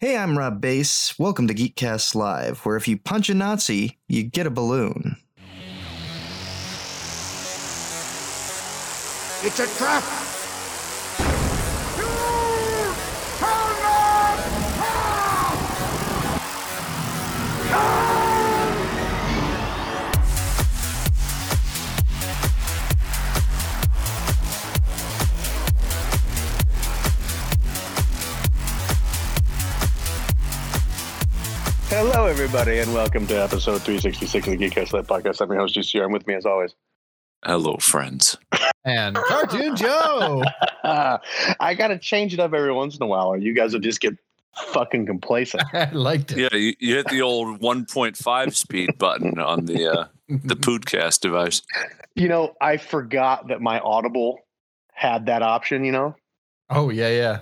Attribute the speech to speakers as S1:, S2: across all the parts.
S1: Hey, I'm Rob Bass. Welcome to Geekcast Live, where if you punch a Nazi, you get a balloon.
S2: It's a trap!
S3: Hello, everybody, and welcome to episode 366 of the Geekcast Live Podcast. I'm your host, GCR, and with me, as always,
S4: Hello, friends.
S5: and Cartoon Joe.
S3: I got to change it up every once in a while, or you guys will just get fucking complacent.
S5: I liked it.
S4: Yeah, you, you hit the old 1.5 speed button on the uh, the podcast device.
S3: You know, I forgot that my Audible had that option, you know,
S5: oh yeah, yeah.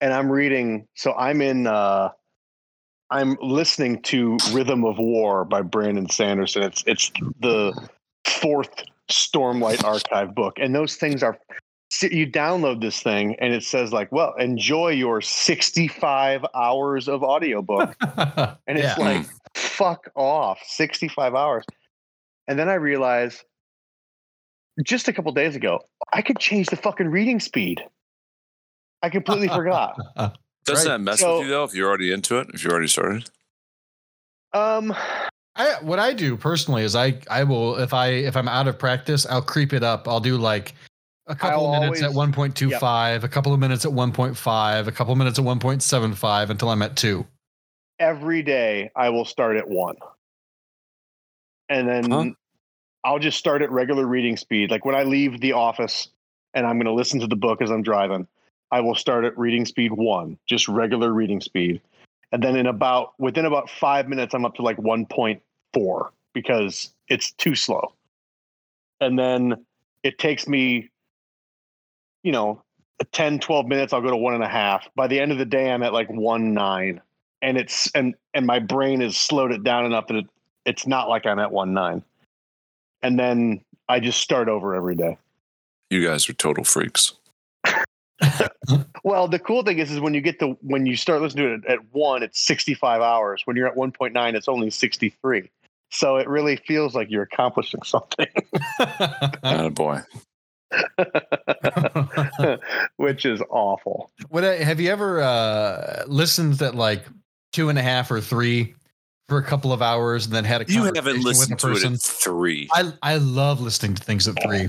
S3: and I'm reading, so I'm in, uh, I'm listening to Rhythm of War by Brandon Sanderson. It's, it's the fourth Stormlight Archive book, and those things are so you download this thing and it says like well enjoy your 65 hours of audiobook and it's
S5: Yeah.
S3: like fuck off 65 hours and then i realized just a couple days ago i could change the fucking reading speed i completely forgot
S4: Doesn't
S5: Right.
S4: that mess
S3: So-
S4: with you though? If you're already into it, if you already started,
S3: um
S5: I, what I do personally is I I will if I if I'm out of practice I'll creep it up. I'll do like a couple
S3: I'll
S5: of minutes
S3: always-
S5: at 1.25, a couple of minutes at 1.5, a couple of minutes at 1.75 until I'm at 2.
S3: every day i will start at one and then
S4: Huh?
S3: I'll just start at regular reading speed. Like when I leave the office and I'm going to listen to the book as I'm driving, I will start at reading speed one, just regular reading speed. And then in about within about five minutes, I'm up to like 1.4 because it's too slow. And then it takes me, you know, 10, 12 minutes, I'll go to one and a half. By the end of the day, I'm at like one nine. And it's and and my brain has slowed it down enough that it, it's not like I'm at one nine and then I just start over every day.
S4: you guys are total freaks.
S3: Well, the cool thing is, is when you get to when you start listening to it at one, it's sixty five hours. When you're at one point nine, it's only sixty three. So it really feels like you're accomplishing something,
S4: Oh boy.
S3: which is awful.
S5: What I, have you ever uh, listened at like two and a half or three for a couple of hours and then had a
S4: You
S5: conversation
S4: haven't listened
S5: with a
S4: to it
S5: person?
S4: in three.
S5: I I love listening to things at three.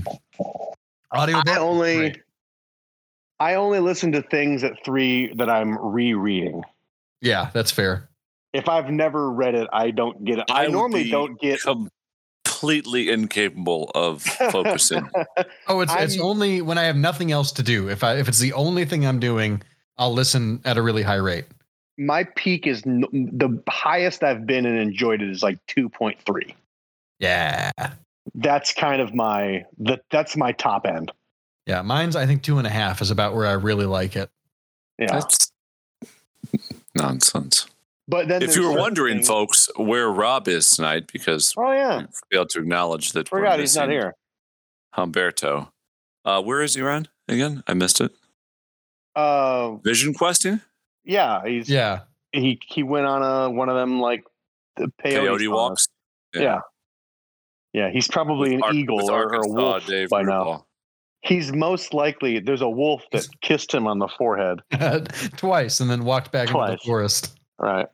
S5: Audio
S3: I only, I only listen to things at three that I'm rereading.
S5: yeah, that's fair.
S3: If I've never read it, I don't get it. I,
S4: I would
S3: normally
S4: be
S3: don't get.
S4: Completely incapable of focusing.
S5: Oh, it's it's
S3: I'm-
S5: only when I have nothing else to do. If I if it's the only thing I'm doing, I'll listen at a really high rate.
S3: My peak is n- the highest I've been and enjoyed it is like two point three.
S5: Yeah,
S3: that's kind of my that that's my top end.
S5: yeah. Mine's I think two and a half is about where I really like it.
S3: Yeah.
S4: That's nonsense.
S3: but then
S4: if
S3: there's
S4: you were
S3: certain
S4: wondering,
S3: things-
S4: folks, where Rob is tonight, because
S3: Oh yeah.
S4: we failed to acknowledge that we're
S3: Forgot he's not
S4: missing
S3: here.
S4: Humberto. Uh, where is he, Ron? Again, I missed it.
S3: Uh
S4: Vision questing?
S3: yeah, he's
S5: Yeah,
S3: he he went on a one of them like the peyote,
S4: Coyote,
S3: saunas.
S4: walks.
S3: Yeah. Yeah, he's probably an
S4: Ar-
S3: eagle
S4: with
S3: or, or a
S4: Arkansas
S3: wolf
S4: Dave
S3: by now.
S4: Rudolph.
S3: He's most likely there's a wolf that kissed him on the forehead.
S5: twice and then walked back into
S3: Twice.
S5: the forest.
S3: Right.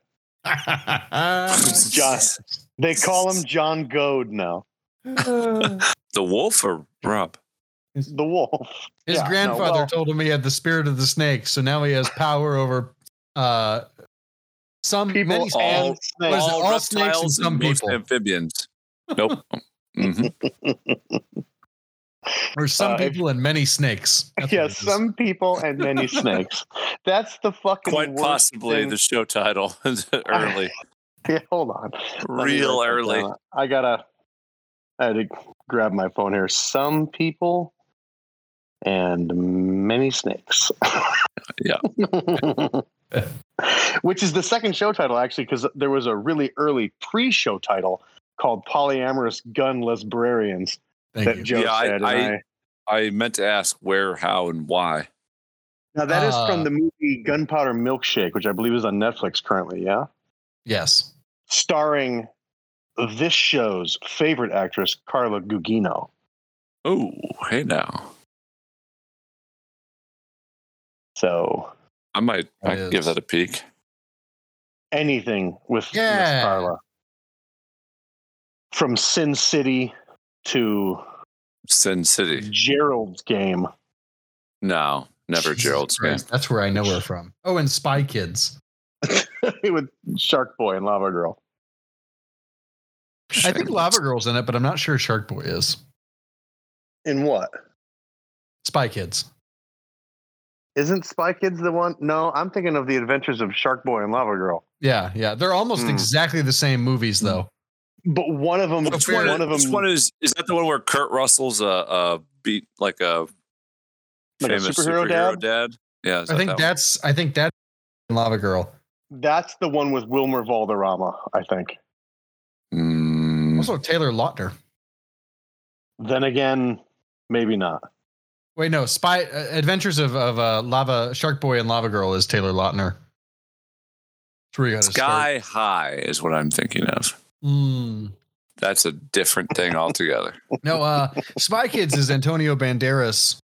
S5: Oh,
S3: Just- They call him John Goad now.
S4: the wolf or Rob?
S3: The wolf.
S5: His
S3: Yeah, no,
S5: grandfather
S3: well-
S5: told him he had the spirit of the snake, so now he has power over uh, some
S3: People
S5: many
S3: and
S4: all-
S3: snakes.
S5: Was it all snakes and
S4: reptiles
S5: some
S4: most
S5: people?
S4: amphibians. Nope. Mhm.
S5: or some
S3: uh, if-
S5: people and many snakes. That's what
S3: yeah,
S5: it is.
S3: some people and many snakes. That's the fucking
S4: Quite
S3: worst
S4: possibly
S3: thing.
S4: the show title early.
S3: Yeah, hold on. Let me
S4: Real
S3: write that
S4: early.
S3: down. I gotta. I had to grab my phone here. Some people and many snakes.
S4: Yeah.
S3: Which is the second show title, actually, because there was a really early pre show title called Polyamorous Gun Lesbrarians
S5: Thank
S3: that
S5: you.
S3: Joe
S4: Yeah, I-
S3: said. and
S4: I- I meant to ask where, how, and why.
S3: Now that is
S5: Uh,
S3: from the movie Gunpowder Milkshake, which I believe is on Netflix currently. Yeah,
S5: Yes.
S3: starring this show's favorite actress Carla Gugino.
S4: Oh, hey now.
S3: So
S4: I might I
S5: It
S4: can
S5: is.
S4: give that a peek.
S3: anything with Miss
S5: Yeah.
S3: Carla, from Sin City to
S4: Sin
S5: Mm.
S4: City.
S3: Gerald's Game.
S4: No, never
S5: Jesus
S4: Gerald's game.
S5: Christ, That's where I know her from. Oh, and Spy Kids.
S3: with Shark Boy and Lava Girl.
S5: I think Lava Girl's in it, but I'm not sure Shark Boy is.
S3: In what?
S5: Spy Kids.
S3: Isn't Spy Kids the one? No, I'm thinking of the Adventures of Shark Boy and Lava Girl.
S5: Yeah, yeah. They're almost
S3: Hmm.
S5: exactly the same movies,
S4: Hmm.
S5: though.
S3: But one of them,
S4: Which
S3: one,
S4: one,
S3: of
S4: which
S3: them,
S4: one is is that the one where Kurt Russell's a uh, uh, beat like a
S3: Like a
S4: famous
S3: superhero dad?
S4: superhero, dad? Yeah, is
S5: I
S4: that
S5: think
S4: that one?
S5: that's. I think that's Lava Girl.
S3: that's the one with Wilmer Valderrama, I think.
S4: Mm,
S5: Also Taylor Lautner.
S3: Then again, maybe not.
S5: Wait, no. Spy uh, Adventures of of uh, Lava Shark Boy and Lava Girl is Taylor Lautner. That's where you gotta start.
S4: Sky High is what I'm thinking of.
S5: Hmm.
S4: That's a different thing altogether.
S5: No, uh, Spy Kids is Antonio Banderas.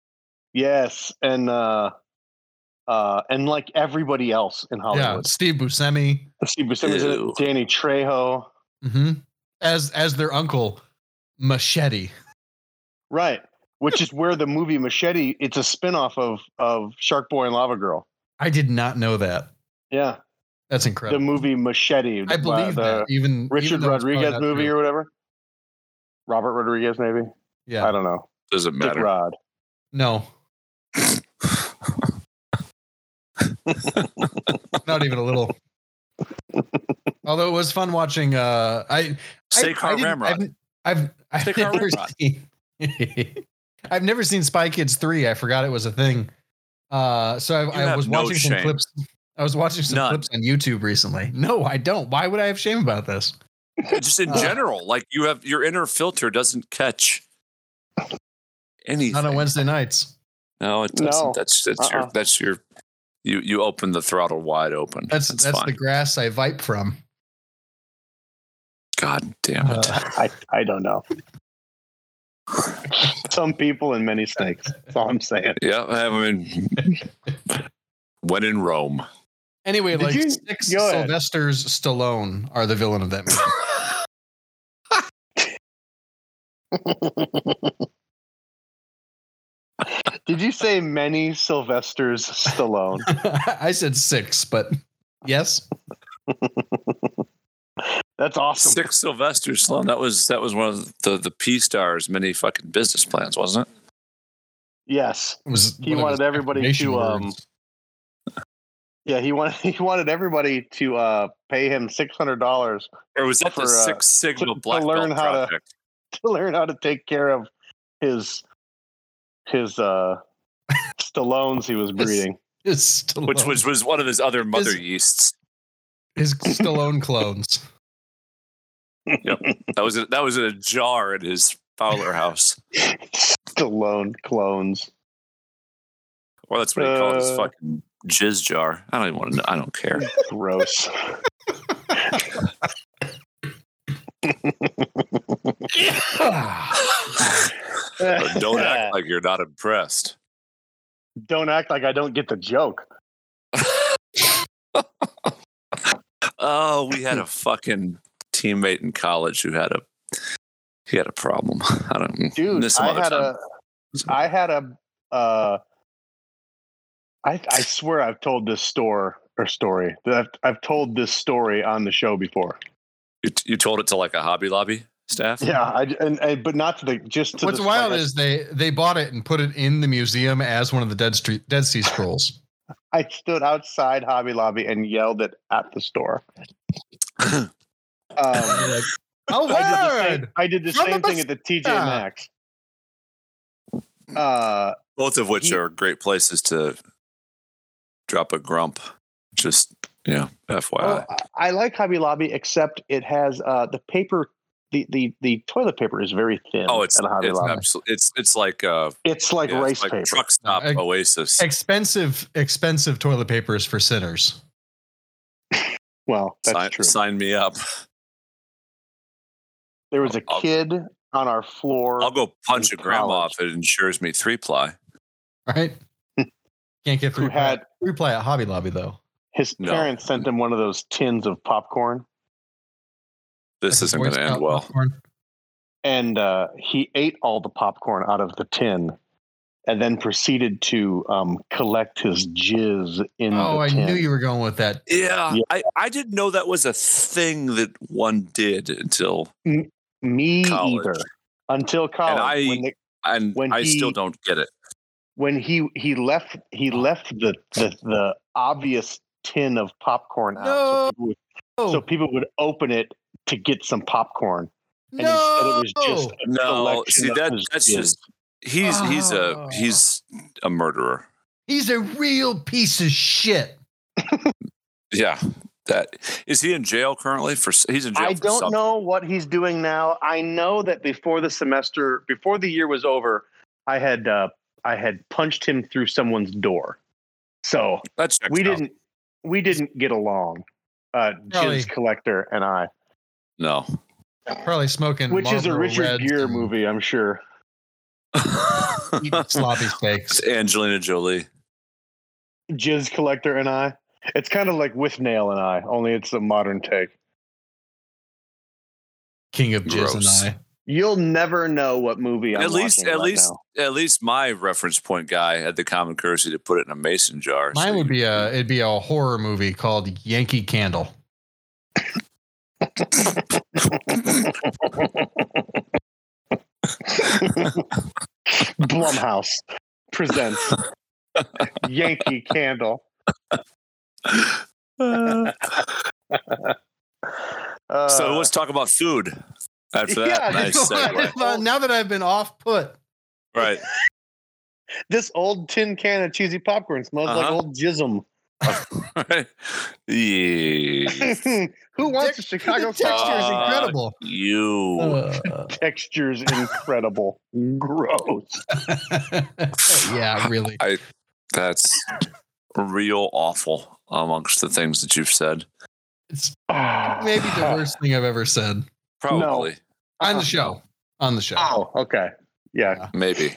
S3: Yes, and uh, uh, and like everybody else in
S5: Yeah,
S3: Hollywood,
S5: Steve Buscemi.
S3: Steve Buscemi's in
S4: Ew.
S3: it, Danny Trejo,
S5: hmm As as their uncle, Machete.
S3: right? Which is where the movie Machete. It's a spinoff of of Shark Boy and Lava Girl.
S5: I did not know that.
S3: Yeah,
S5: That's
S3: the
S5: incredible.
S3: movie Machete.
S5: I
S3: by
S5: believe
S3: the
S5: that. Even even
S3: Richard
S5: though it's probably
S3: Rodriguez
S5: not
S3: movie
S5: true.
S3: or whatever. Robert Rodriguez, maybe.
S5: yeah.
S3: I don't know.
S4: Doesn't
S3: Dick
S4: matter.
S3: Rod.
S5: No, not even a little. Although it was fun watching. Uh, I I,
S4: Sekar
S5: didn't-
S4: Ramrod.
S5: I've I've, I've
S4: Sekar
S5: never
S4: Ramrod.
S5: seen. I've never seen Spy Kids three. I forgot it was a thing. Uh, so
S4: You
S5: I, I
S4: have
S5: was
S4: no
S5: watching some
S4: shame.
S5: clips. I was watching some
S4: None.
S5: clips on YouTube recently. No, I don't. Why would I have shame about this?
S4: Just in
S5: Uh,
S4: general, like you have your inner filter doesn't catch anything.
S5: Not on Wednesday nights.
S4: No, it
S3: No.
S4: doesn't. That's that's
S3: Uh-uh.
S4: your that's your you you open the throttle wide open.
S5: That's that's, the grass I vipe from.
S4: God damn it.
S5: Uh,
S3: I, I don't know. Some people and many snakes. That's all I'm saying.
S4: yeah, I mean, when in Rome.
S5: Anyway,
S3: Did
S5: like
S3: you-
S5: six
S3: go ahead.
S5: Sylvester's Stallone are the villain of that movie.
S3: Did you say many Sylvester's Stallone?
S5: I said six, but yes,
S3: That's awesome.
S4: Six Sylvester Stallone. That was that was one of the the P stars many fucking business plans, wasn't it?
S3: Yes.
S5: it was.
S3: He
S5: one of
S3: wanted
S5: his
S3: everybody
S5: affirmation
S3: to, um,
S5: words.
S3: Yeah, he wanted he wanted everybody to uh, pay him six hundred dollars
S4: Or was that
S3: For, uh,
S4: the Six Sigma
S3: to- to
S4: Black
S3: learn
S4: Belt
S3: how to-
S4: project?
S3: to learn how to take care of his his uh, Stallones he was breeding.
S5: his Stallone,
S4: Which was was one of his other mother
S5: Is-
S4: yeasts.
S5: his Stallone clones.
S4: That was a, that was in a jar at his Fowler house.
S3: Stallone clones.
S4: Well, that's what he called his
S3: Uh.
S4: fucking jizz jar. I don't even want to. know. I don't care.
S3: Gross. Ah.
S4: But don't act like you're not impressed.
S3: Don't act like I don't get the joke.
S4: Oh, we had a fucking teammate in college who had a he had a problem. I don't
S3: Dude,
S4: this some
S3: I
S4: other
S3: had
S4: time.
S3: a I had a uh I I swear I've told this store or story. I've I've told this story on the show before.
S4: You, you told it to like a Hobby Lobby staff.
S3: Yeah, I and, and but not to the just to
S5: What's
S3: the,
S5: wild
S3: like,
S5: is they they bought it and put it in the museum as one of the Dead Street Dead Sea Scrolls.
S3: I stood outside Hobby Lobby and yelled it at the store. Um
S5: They're like, oh,
S3: I did the same,
S5: word!
S3: I did the
S5: From
S3: same
S5: the
S3: thing at the TJ
S5: Bastilla.
S3: Maxx. Uh,
S4: Both of which
S3: He-
S4: are great places to drop a grump. Just yeah, FYI.
S3: Oh, well, I like Hobby Lobby, except it has uh, the paper the the the toilet paper is very thin.
S4: Oh, it's
S3: at a Hobby
S4: it's
S3: Lobby.
S4: absolute- it's it's like uh
S3: It's like
S4: yeah, it's
S3: rice paper.
S4: truck stop
S5: Ag-
S4: oasis.
S5: Expensive, expensive toilet paper is for sinners.
S3: well, that's
S4: sign,
S3: true.
S4: sign me up.
S3: there was a
S4: I'll-
S3: kid on our floor.
S4: I'll go punch a
S3: in
S4: grandma
S3: college.
S4: if it insures me three ply.
S5: Right? Can't get
S3: who
S5: through
S3: had
S5: free play at Hobby Lobby though.
S3: his
S4: No.
S3: parents sent him one of those tins of popcorn,
S4: This
S5: Like
S4: isn't
S5: Boy
S4: going to end
S5: Scout
S4: well.
S5: popcorn.
S3: and uh, he ate all the popcorn out of the tin, and then proceeded to um, collect his jizz in
S5: Oh,
S3: the
S5: I
S3: tin.
S5: knew you were going with that.
S4: Yeah,
S3: Yeah.
S4: I, I didn't know that was a thing that one did until,
S3: Me
S4: College.
S3: either. Until college,
S4: I-
S3: when, the,
S4: and
S3: When
S4: I
S3: he-
S4: still don't get it.
S3: when he he left
S4: Oh.
S3: he left the the, the obvious tin of popcorn out, so people, would,
S5: Oh,
S3: so people would open it to get some popcorn, and
S5: no.
S3: instead it was just a
S4: No,
S3: collection
S4: see
S3: of
S4: that
S3: his Ah.
S4: that's
S3: jizz.
S4: just he's he's a
S5: Oh.
S4: he's a murderer.
S5: He's a real piece of shit.
S4: Yeah, that is he in jail currently for? s- He's in jail.
S3: I
S4: for
S3: don't
S4: something.
S3: know what he's doing now. I know that before the semester, before the year was over, I had uh, I had punched him through someone's door. So
S4: That checks
S3: we
S4: out.
S3: didn't we didn't get along. Uh,
S5: Probably.
S3: Jizz collector and I,
S4: No.
S5: Probably smoking.
S3: which is a
S5: Marlboro
S3: Richard
S5: Reds
S3: Gere
S5: and
S3: movie, I'm sure.
S5: eating sloppy steaks.
S4: It's Angelina Jolie.
S3: Jizz collector and I. It's kind of like with Nail and I, only it's a modern take.
S5: King of Jizz
S4: Gross.
S5: and I.
S3: You'll never know what movie I'm
S4: at least,
S3: watching
S4: at
S3: right
S4: least,
S3: now.
S4: at least, my reference point guy had the common courtesy to put it in a mason jar. so
S5: Mine would
S4: you-
S5: be a. It'd be a horror movie called Yankee Candle.
S3: Blumhouse presents Yankee Candle. Uh,
S4: so let's talk about food. After that,
S3: yeah,
S4: nice segue.
S5: Well, now that I've been off put,
S4: right?
S3: this old tin can of cheesy popcorn smells like
S4: Uh-huh.
S3: old jism.
S4: yeah,
S3: Who wants a
S5: Tex-
S3: Chicago
S5: the texture is
S4: Uh,
S5: incredible.
S4: you.
S3: Uh. textures incredible? Gross.
S5: yeah, really.
S4: That's real awful amongst the things that you've said.
S5: It's maybe the worst thing I've ever said
S4: Probably,
S5: on the show. On the show.
S3: Oh, okay. Yeah,
S4: maybe.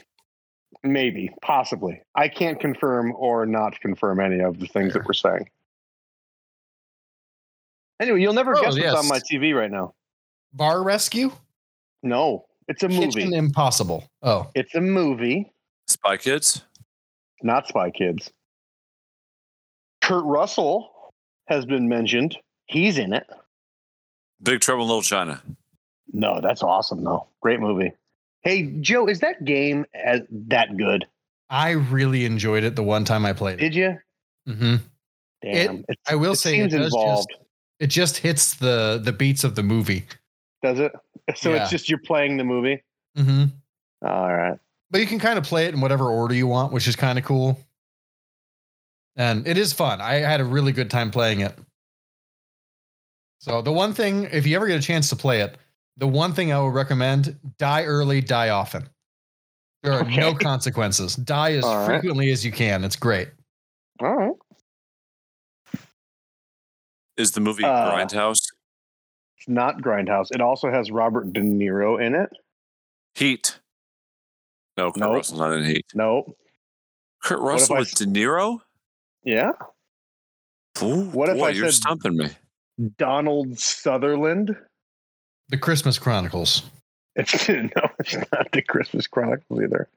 S3: Maybe, possibly. I can't confirm or not confirm any of the things that we're saying. Anyway, you'll never
S5: Oh,
S3: guess what's
S5: yes.
S3: on my TV right now.
S5: Bar Rescue.
S3: No, it's a movie.
S5: Kitchen Impossible. Oh,
S3: It's a movie,
S4: Spy Kids.
S3: not Spy Kids. Kurt Russell has been mentioned. He's in it.
S4: Big Trouble in Little China.
S3: No, that's awesome though. Great movie. Hey Joe, is that game as, that good?
S5: I really enjoyed it the one time I played it.
S3: Did you?
S5: hmm
S3: Damn, it,
S5: I will say it
S3: seems
S5: does
S3: involved.
S5: just it just hits the the beats of the movie.
S3: Does it? So
S5: Yeah.
S3: it's just you're playing the movie.
S5: hmm
S3: All right.
S5: But you can kind of play it in whatever order you want, which is kind of cool. And it is fun. I had a really good time playing it. So the one thing, if you ever get a chance to play it, the one thing I would recommend: die early, die often. There are no
S3: Okay.
S5: consequences. Die as
S3: All right.
S5: frequently as you can. It's great.
S3: All right.
S4: Is the movie
S3: Uh,
S4: Grindhouse?
S3: It's not Grindhouse. It also has Robert De Niro in it.
S4: Heat. No, Kurt
S3: Nope.
S4: Russell's not in Heat.
S3: No.
S4: Kurt
S3: if
S4: Russell
S3: I
S4: with
S3: s-
S4: De Niro.
S3: Yeah.
S4: Ooh,
S3: What if
S4: boy,
S3: I
S4: you're
S3: said-
S4: stumping me?
S3: Donald Sutherland.
S5: The Christmas Chronicles.
S3: It's no, it's not the Christmas Chronicles either.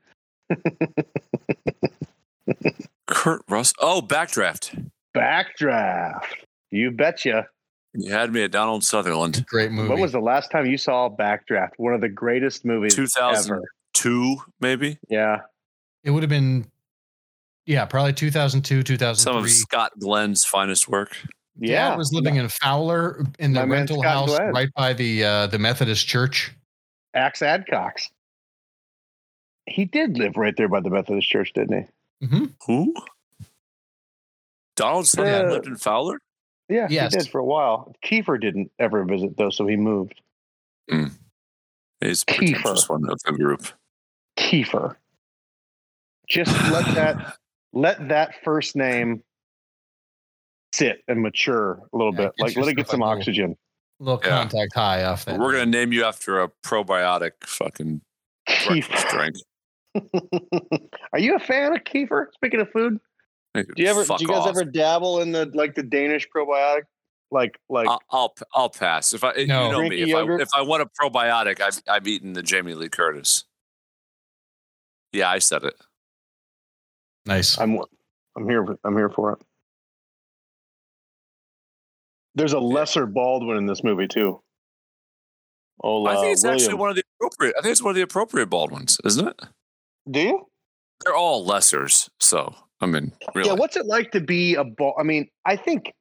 S4: Kurt Russell. Oh, Backdraft.
S3: Backdraft. You betcha.
S4: You had me at Donald Sutherland.
S5: Great movie.
S3: When was the last time you saw Backdraft? One of the greatest movies
S4: 2000.
S3: ever.
S4: Two, maybe.
S3: Yeah.
S5: It would have been, yeah, probably 2002, 2003.
S4: Some of Scott Glenn's finest work.
S5: Dad
S3: Yeah.
S5: was living in Fowler in
S3: My
S5: the
S3: man
S5: rental
S3: Scott
S5: house
S3: Glenn.
S5: right by the uh, the Methodist church.
S3: Axe Adcox. He did live right there by the Methodist Church, didn't
S5: hmm
S4: Who? Donald Sutherland
S3: Uh,
S4: lived in Fowler.
S3: he? Yeah,
S5: Yes.
S3: he did for a while. Kiefer didn't ever visit though, so he moved.
S4: He's the pretentious
S3: Kiefer.
S4: one of the group.
S3: Kiefer. Just let that let that first name sit and mature a little
S5: Yeah,
S3: bit.
S5: it
S3: Like
S5: just
S3: let it get
S5: like
S3: some
S5: a little-
S3: oxygen.
S5: little
S4: Yeah.
S5: contact high off that.
S4: We're gonna name you after a probiotic fucking breakfast
S3: Kiefer.
S4: drink.
S3: Are you a fan of Kiefer? Speaking of food, do you ever
S4: Fuck
S3: do you guys
S4: off.
S3: ever dabble in the like the Danish probiotic? Like like
S4: I'll, I'll I'll pass. If I you
S5: No.
S4: know
S3: Drinking
S4: me, if I,
S3: yogurt?
S4: if I want a probiotic, I've I've eaten the Jamie Lee Curtis. Yeah, I said it.
S5: nice.
S3: I'm I'm here I'm here for it. There's a lesser Baldwin in this movie too. Oh,
S4: I think it's
S3: William.
S4: actually one of the appropriate. I think it's one of the appropriate bald ones, isn't it?
S3: Do you?
S4: They're all lessers, so I mean, really,
S3: Yeah, what's it like to be a ball? I mean, I think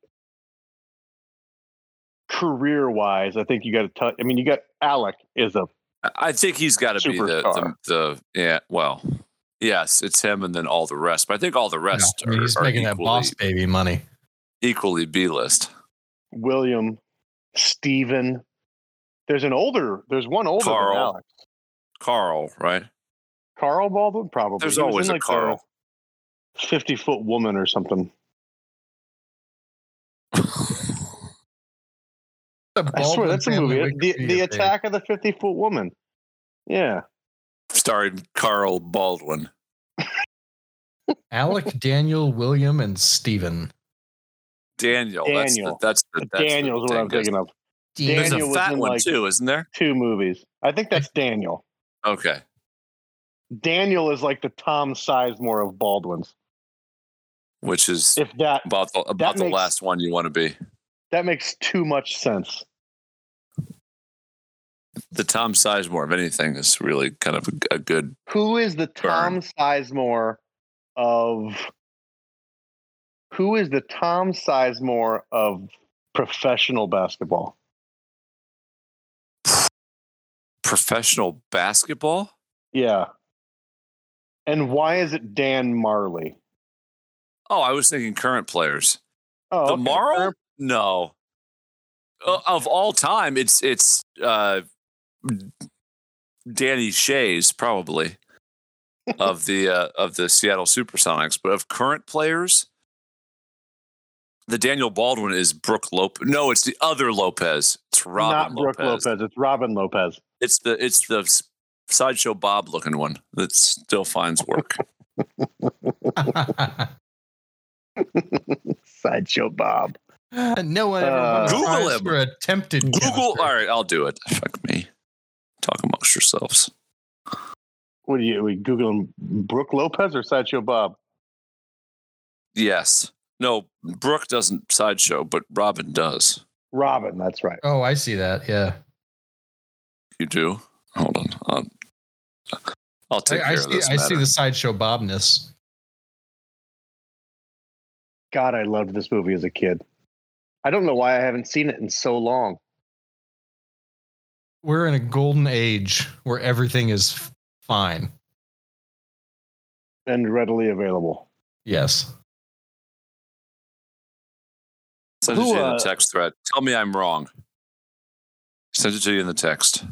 S3: career wise, I think you got to touch. I mean, you got Alec is a
S4: I- I think he's got to be the,
S3: Superstar.
S4: the the yeah. Well, yes, it's him, and then all the rest. But I think all the
S5: Yeah,
S4: rest
S5: I mean,
S4: are,
S5: he's
S4: are
S5: making that
S4: equally,
S5: boss baby money.
S4: equally B list.
S3: William, Stephen. There's an older. There's one older
S4: Carl.
S3: than Alec.
S4: Carl, right?
S3: Carl Baldwin, probably.
S4: There's
S3: He was
S4: always
S3: in,
S4: a
S3: like, the
S4: Carl.
S3: Fifty foot woman or something. I swear that's a movie. The, the attack of the fifty foot woman. Yeah,
S4: Starring Carl Baldwin.
S5: Alec, Daniel, William, and Stephen.
S4: Daniel.
S3: Daniel.
S4: That's the, that's the, that's
S3: Daniel's
S4: the
S3: what I'm
S4: thing.
S3: thinking of.
S4: There's
S3: Daniel
S4: a
S3: was
S4: fat
S3: in,
S4: one
S3: like-
S4: too, isn't there?
S3: Two movies. I think that's Daniel.
S4: Okay.
S3: Daniel is like the Tom Sizemore of Baldwin's.
S4: Which is
S3: If that
S4: about the, about the
S3: makes-
S4: last one you want to be.
S3: that makes too much sense.
S4: The Tom Sizemore of anything is really kind of a, a good.
S3: Who is the Tom Sizemore of who is the Tom Sizemore of professional basketball?
S4: Professional basketball?
S3: Yeah. And why is it Dan Marley?
S4: Oh, I was thinking current players.
S3: Oh,
S4: the
S3: okay.
S4: Morrow? No. O- Of all time, it's it's uh, Danny Shays probably of the uh, of the Seattle SuperSonics, but of current players, the Daniel Baldwin is Brooke Lopez. No, it's the other Lopez. It's Robin
S3: Not Brooke Lopez. It's Robin Lopez.
S4: It's the it's the s- sideshow Bob looking one that still finds work.
S3: Sideshow Bob.
S5: no one ever
S3: Uh,
S5: won a
S4: Google
S5: prize
S4: him.
S5: for attempted
S4: Google.
S5: chemistry.
S4: All right, I'll do it. Fuck me. Talk amongst yourselves.
S3: What do you we googling Brooke Lopez or Sideshow Bob?
S4: Yes. No, Brooke doesn't sideshow, but Robin does.
S3: Robin, that's right.
S5: Oh, I see that. Yeah,
S4: You do? Hold on. Um, I'll take
S5: I, I
S4: care of
S5: see.
S4: this.
S5: I see
S4: matter.
S5: the sideshow bobness.
S3: God, I loved this movie as a kid. I don't know why I haven't seen it in so long.
S5: We're in a golden age where everything is f- fine.
S3: and readily available.
S5: Yes.
S4: Send it to
S3: Who,
S4: you in
S3: uh,
S4: the text thread. Tell me I'm wrong. Send it to you in the text.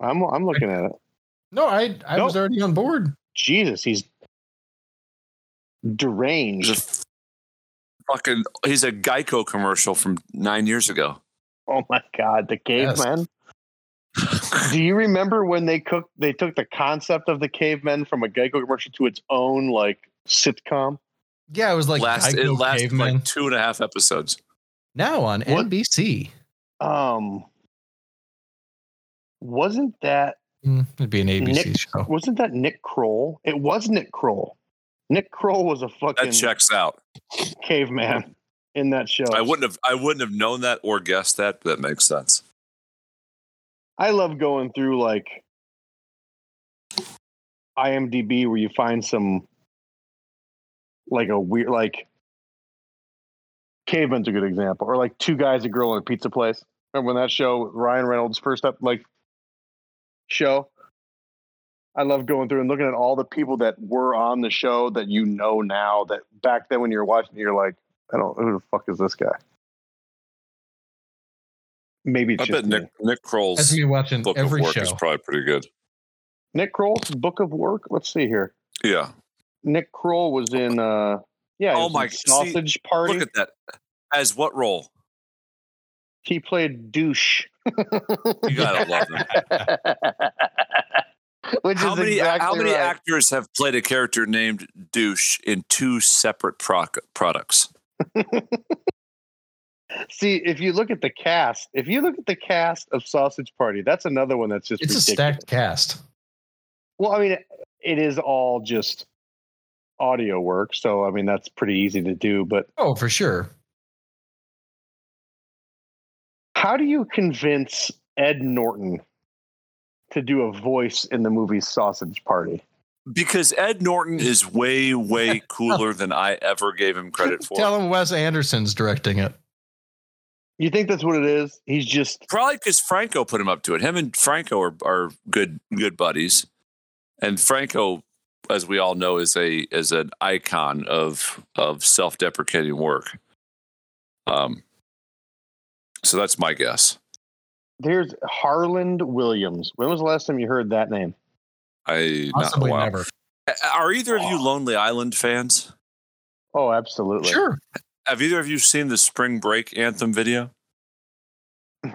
S3: I'm I'm looking at it.
S5: No, I I was already on board.
S3: Jesus, he's
S4: He's a
S3: deranged.
S4: f- fucking. He's a Geico commercial from nine years ago.
S3: Oh my god, the caveman. Do you remember when they cooked they took the concept of the cavemen from a Geico commercial to its own like sitcom?
S5: Yeah, it was like
S4: last it
S5: Geico
S4: lasted
S5: Caveman.
S4: like two and a half episodes.
S5: now on
S3: What?
S5: NBC.
S3: Um wasn't that
S5: Mm, it'd be an ABC
S3: Nick-
S5: show.
S3: wasn't that Nick Kroll? It was Nick Kroll. Nick Kroll was a
S4: That
S3: fucking
S4: checks out.
S3: caveman in that show.
S4: I wouldn't have I wouldn't have known that or guessed that, but that makes sense.
S3: I love going through like IMDb where you find some like a weird like Caveman's a good example, or like two guys, a girl in a pizza place. Remember when that show Ryan Reynolds first up like show? I love going through and looking at all the people that were on the show that you know now that back then when you're watching it, you're like, I don't who the fuck is this guy? Maybe it's
S4: I
S3: just
S4: bet
S3: Nick.
S4: Nick Nick Kroll's
S5: That's me watching
S4: book of
S5: every
S4: work
S5: show.
S4: is probably pretty good.
S3: Nick Kroll's Book of Work. Let's see here.
S4: Yeah.
S3: Nick Kroll was in. uh Yeah. he
S4: Oh
S3: was in
S4: my- see,
S3: Sausage Party.
S4: Look at that. As what role?
S3: he played douche.
S4: You gotta love him.
S3: Which
S4: How
S3: is
S4: many
S3: exactly
S4: how many
S3: right.
S4: actors have played a character named douche in two separate proc- products?
S3: See, if you look at the cast, if you look at the cast of Sausage Party, that's another one that's just
S5: It's a
S3: ridiculous.
S5: stacked cast.
S3: Well, I mean, it is all just audio work, so I mean that's pretty easy to do. But
S5: Oh, for sure.
S3: how do you convince Ed Norton to do a voice in the movie Sausage Party?
S4: Because Ed Norton is way, way cooler than I ever gave him credit for.
S5: Tell him Wes Anderson's directing it.
S3: You think that's what it is? He's just
S4: Probably because Franco put him up to it. Him and Franco are, are good good buddies, and Franco, as we all know, is a is an icon of of self deprecating work. Um, so that's my guess.
S3: there's Harland Williams. When was the last time you heard that name?
S4: I
S5: Possibly
S4: not, wow.
S5: never.
S4: Are either of you Lonely Island fans?
S3: Oh, absolutely.
S5: Sure.
S4: Have either of you seen the Spring Break anthem video?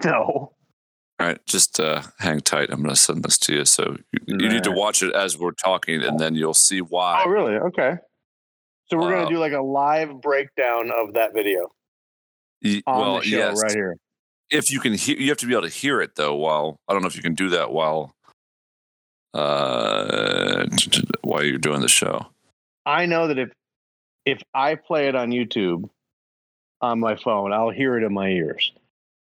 S3: No.
S4: All right, just uh, hang tight. I'm going to send this to you. So you, you need to
S3: Alright.
S4: watch it as we're talking, and then you'll see why.
S3: Oh, really? Okay. So we're
S4: Uh,
S3: gonna do like a live breakdown of that video
S4: Y-
S3: on
S4: well,
S3: the show
S4: yes.
S3: right here.
S4: If you can hear, you have to be able to hear it though. While I don't know if you can do that while uh, t- t- while you're doing the show.
S3: I know that if if I play it on YouTube on my phone, I'll hear it in my ears.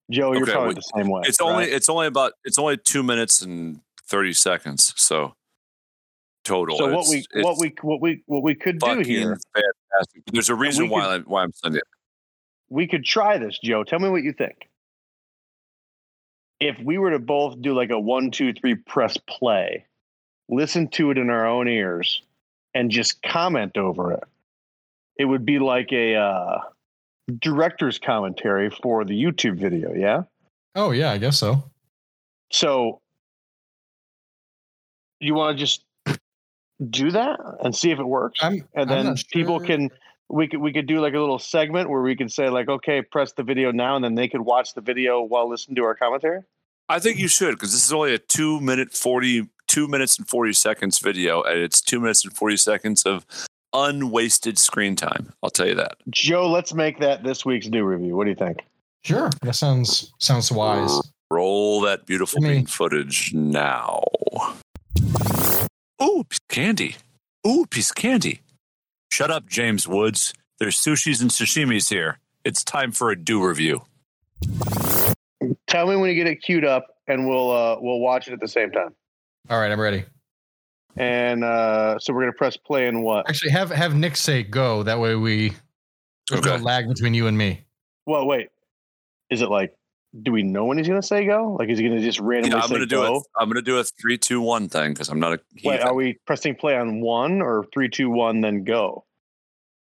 S3: Joe, you're
S4: Okay,
S3: probably
S4: well,
S3: the same way.
S4: It's
S3: right?
S4: only it's only about it's only two minutes and thirty seconds. So total.
S3: so what
S4: It's-
S3: we
S4: it's
S3: what we what we what we could do
S4: fucking
S3: here.
S4: fantastic. There's a reason
S3: we
S4: why I'm, why I'm sending it.
S3: We could try this, Joe. Tell me what you think. If we were to both do like a one, two, three, press play, listen to it in our own ears, and just comment over it, it would be like a uh, director's commentary for the YouTube video. Yeah.
S5: Oh yeah, I guess so.
S3: So you want to just do that and see if it works,
S5: I'm
S3: and
S5: I'm
S3: then
S5: not
S3: people
S5: sure.
S3: can we could we could do like a little segment where we could say like, okay, press the video now, and then they could watch the video while listening to our commentary.
S4: I think you should because this is only a two minute forty two minutes and forty seconds video, and it's two minutes and forty seconds of unwasted screen time. I'll tell you that.
S3: Joe, let's make that this week's new review. What do you think?
S5: Sure. That sounds sounds wise.
S4: Roll that beautiful
S5: Me.
S4: bean footage now. Ooh, piece of candy. Ooh, piece of candy. Shut up, James Woods. There's sushis and sashimis here. It's time for a do review.
S3: Tell me when you get it queued up, and we'll uh, we'll watch it at the same time.
S5: All right, I'm ready.
S3: And uh, so we're gonna press play and what?
S5: Actually, have have Nick say go. That way we there's no
S4: Okay.
S5: lag between you and me.
S3: Well, wait, is it like? Do we know when he's gonna say go? Like, is he gonna just randomly
S4: Yeah, I'm
S3: say
S4: gonna do
S3: go?
S4: a I'm gonna do a three, two, one thing because I'm not a
S3: Wait,
S4: heathen.
S3: are we pressing play on one or three, two, one, then go?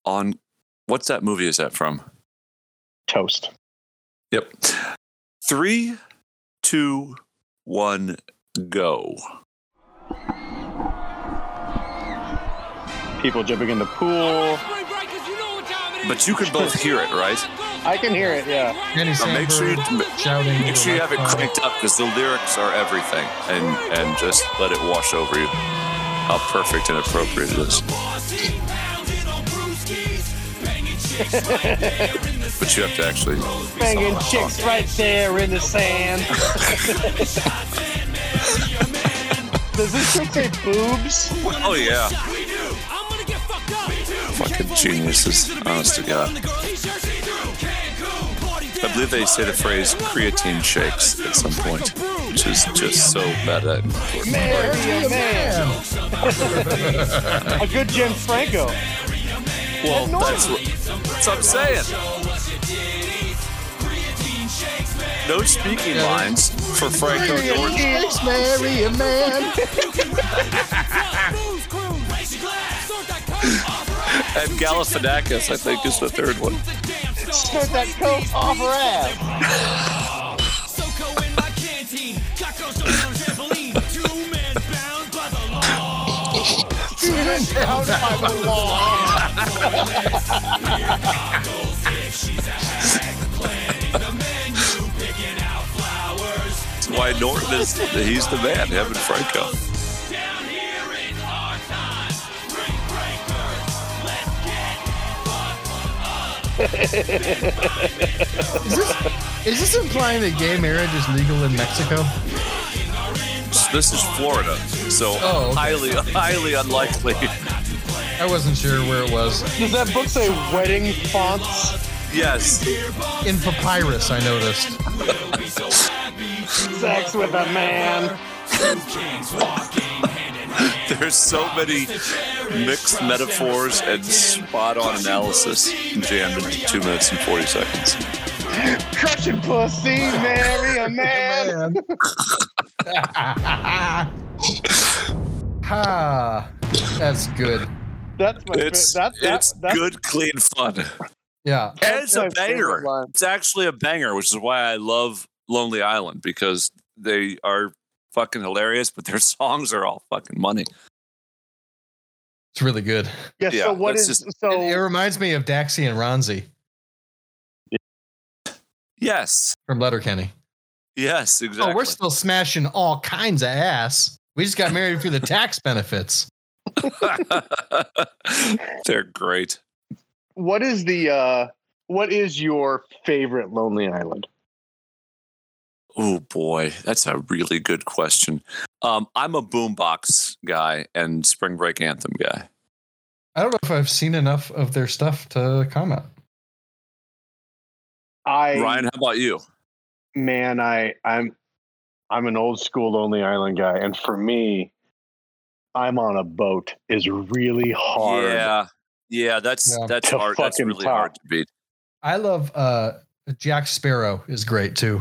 S4: on what's that movie is that from?
S3: Toast.
S4: Yep. Three, two, one, go.
S3: People jumping in the pool.
S4: But you can both hear it, right?
S3: I can hear it, yeah.
S5: Andy
S4: Now make sure you
S5: Samberg
S4: m-
S5: shouting.
S4: make sure you have it
S5: Uh,
S4: cranked up because the lyrics are everything, and and just let it wash over you. How perfect and appropriate it is. But you have to actually.
S3: Banging chicks right there in the sand. Does this chick say boobs?
S4: Oh yeah.
S2: Fucking geniuses, honest to God.
S4: I believe they say the phrase creatine shakes at some point, which is just so meta.
S3: Marry a man. a good Jim Franco.
S4: Well, that's what, that's what I'm saying. No speaking lines for Franco George.
S5: marry a man.
S4: And Galifianakis, I think, is the third one.
S3: Snort that coke off her ass. down by the law.
S4: That's why Norton is he's the man, him and Franco.
S5: Is this is this implying that gay marriage is legal in Mexico?
S4: So this is Florida, so
S5: Oh, okay.
S4: highly highly unlikely.
S5: I wasn't sure where it was.
S3: Does that book say wedding fonts?
S4: Yes,
S5: In papyrus, I noticed.
S3: Sex with a man.
S4: there's so many mixed metaphors and spot on analysis jammed into two minutes and forty seconds.
S3: Crushing pussy, marry a man.
S5: ha! That's good.
S3: That's my
S4: It's
S3: fa- that, that,
S4: it's
S3: that's,
S4: good, clean fun.
S5: Yeah.
S4: And it's
S3: my
S4: a
S3: favorite
S4: banger.
S3: line.
S4: It's actually a banger, which is why I love Lonely Island because they are fucking hilarious, but their songs are all fucking money.
S5: It's really good.
S3: Yeah,
S4: yeah,
S3: so what
S4: that's
S3: is so?
S5: It, it reminds me of Daxie and Ronzi
S4: Yes,
S5: from Letterkenny.
S4: yes, exactly.
S5: Oh, we're still smashing all kinds of ass. We just got married for the tax benefits.
S4: They're great.
S3: what is the uh what is your favorite lonely island
S4: Oh boy, that's a really good question. Um, I'm a boombox guy and spring break anthem guy.
S5: I don't know if I've seen enough of their stuff to comment.
S3: i
S4: Ryan, how about you?
S3: man i i'm i'm an old school lonely island guy and for me i'm on a boat is really hard
S4: Yeah, yeah, that's
S5: Yeah.
S4: that's
S3: To
S4: hard. That's
S3: fucking
S4: really
S3: pop.
S4: hard to beat.
S5: I love uh Jack Sparrow is great too.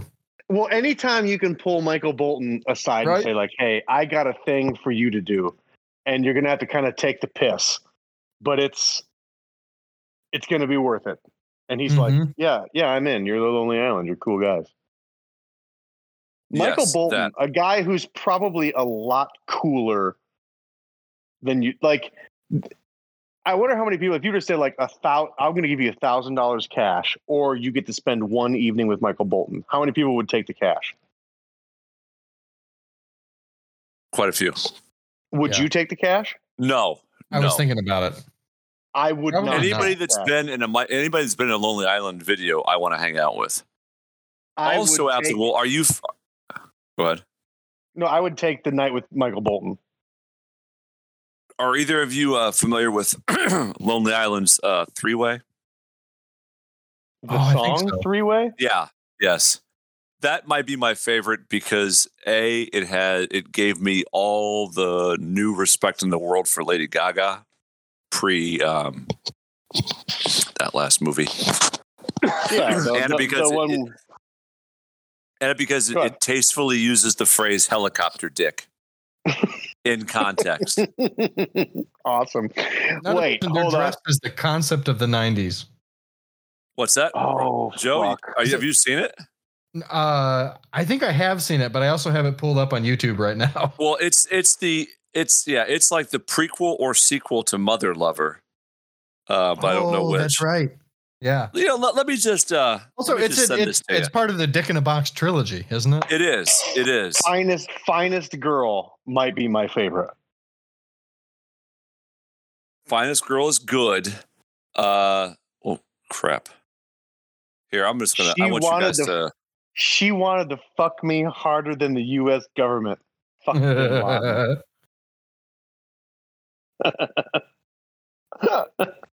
S3: well anytime you can pull michael bolton aside
S5: Right.
S3: and say like hey i got a thing for you to do and you're gonna have to kind of take the piss but it's it's gonna be worth it and he's like
S5: Mhm.
S3: yeah yeah i'm in you're the lonely island you're cool guys Michael
S4: Yes,
S3: Bolton,
S4: that-
S3: a guy who's probably a lot cooler than you. Like, I wonder how many people, if you just said like a thousand, I'm going to give you a thousand dollars cash, or you get to spend one evening with Michael Bolton. How many people would take the cash?
S4: quite a few.
S3: Would
S5: Yeah.
S3: you take the cash?
S4: No,
S5: I
S4: no.
S5: was thinking about it.
S3: I would
S5: I would
S3: not.
S5: not.
S4: anybody
S3: take
S4: that's
S3: the cash.
S4: been in a mi- anybody that's been in a Lonely Island video, I want to hang out with.
S3: I would
S4: also, after
S3: take-
S4: well, are you? F- Go ahead.
S3: no, I would take the night with Michael Bolton.
S4: Are either of you uh, familiar with Lonely Island's uh, three way?
S3: The
S5: Oh, I think
S3: song
S5: so.
S3: three way.
S4: Yeah. Yes. That might be my favorite because a it had it gave me all the new respect in the world for Lady Gaga pre um, that last movie.
S3: Yeah, the,
S4: And
S3: the-
S4: because
S3: the
S4: it-
S3: one.
S4: And because it,
S3: Go
S4: it tastefully uses the phrase helicopter dick in context.
S3: awesome.
S5: Not
S3: Wait,
S5: even their
S3: hold on.
S5: dress is the concept of the '90s.
S4: What's that?
S3: Oh,
S4: Joe,
S3: fuck.
S4: are you- have you seen it?
S5: Uh, I think I have seen it, but I also have it pulled up on YouTube right now.
S4: Well, it's it's the it's yeah, it's like the prequel or sequel to Mother Lover. Uh, but I don't know
S5: Oh,
S4: which.
S5: That's right. Yeah.
S4: You know, let, let me just uh
S5: Also,
S4: let me
S5: it's
S4: just
S5: it,
S4: send
S5: it's
S4: this to
S5: it's
S4: you.
S5: part of the Dick in a Box trilogy, isn't it?
S4: It is. It is.
S3: finest finest girl might be my favorite.
S4: Finest Girl is good. Uh oh crap. Here, I'm just gonna I
S3: She
S4: want you
S3: wanted
S4: guys
S3: the-
S4: to
S3: She wanted to fuck me harder than the U.S. government. Fuck Bin Laden.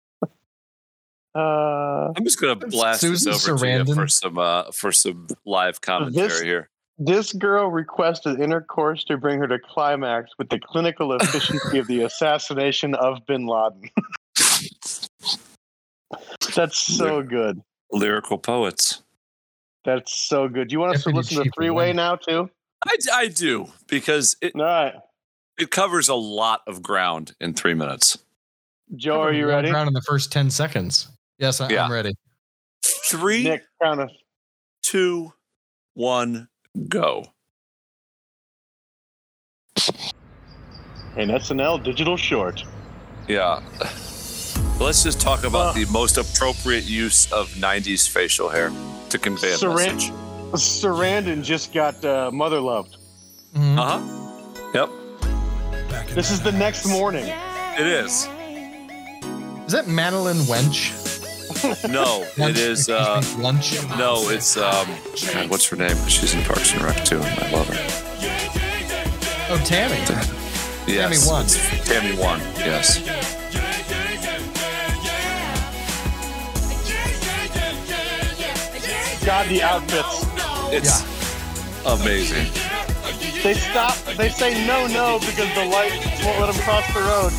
S3: uh,
S4: I'm just gonna blast this
S5: Susan
S4: over to you
S5: Sarandon.
S4: for some uh for some live commentary
S3: This-
S4: here.
S3: this girl requested intercourse to bring her to climax with the clinical efficiency of the assassination of Bin Laden. That's so good.
S4: Lyrical poets.
S3: That's so good. Do you want us to
S5: Deputy
S3: listen to
S5: Chief
S3: Three Way
S5: Wayne.
S3: now too?
S4: I, I do because it,
S3: All right,
S4: it covers a lot of ground in three minutes.
S3: Joe, are you ready?
S5: Around in the first ten seconds. Yes, I,
S4: Yeah.
S5: I'm ready.
S4: Three, two, one,
S3: Nick, count us.
S4: go.
S3: An SNL digital short
S4: Yeah. Let's just talk about the most appropriate use of 90s facial hair to convey a
S3: Saran-
S4: message.
S3: Sarandon just got uh, mother loved.
S5: Mhm.
S4: Uh huh. Yep.
S3: This is the next morning.
S4: It is.
S5: Is that Madeline Wench?
S4: No, it is. Uh,
S5: Lunch.
S4: no, it's. Um, God, what's her name? She's in Parks and Rec too, and I love her.
S5: Oh, Tammy.
S4: Yes,
S5: Wan.
S4: it's Tammy One. Yes.
S3: God, the outfits.
S4: It's amazing.
S3: They stop. They say no, no because the light won't let them cross the road.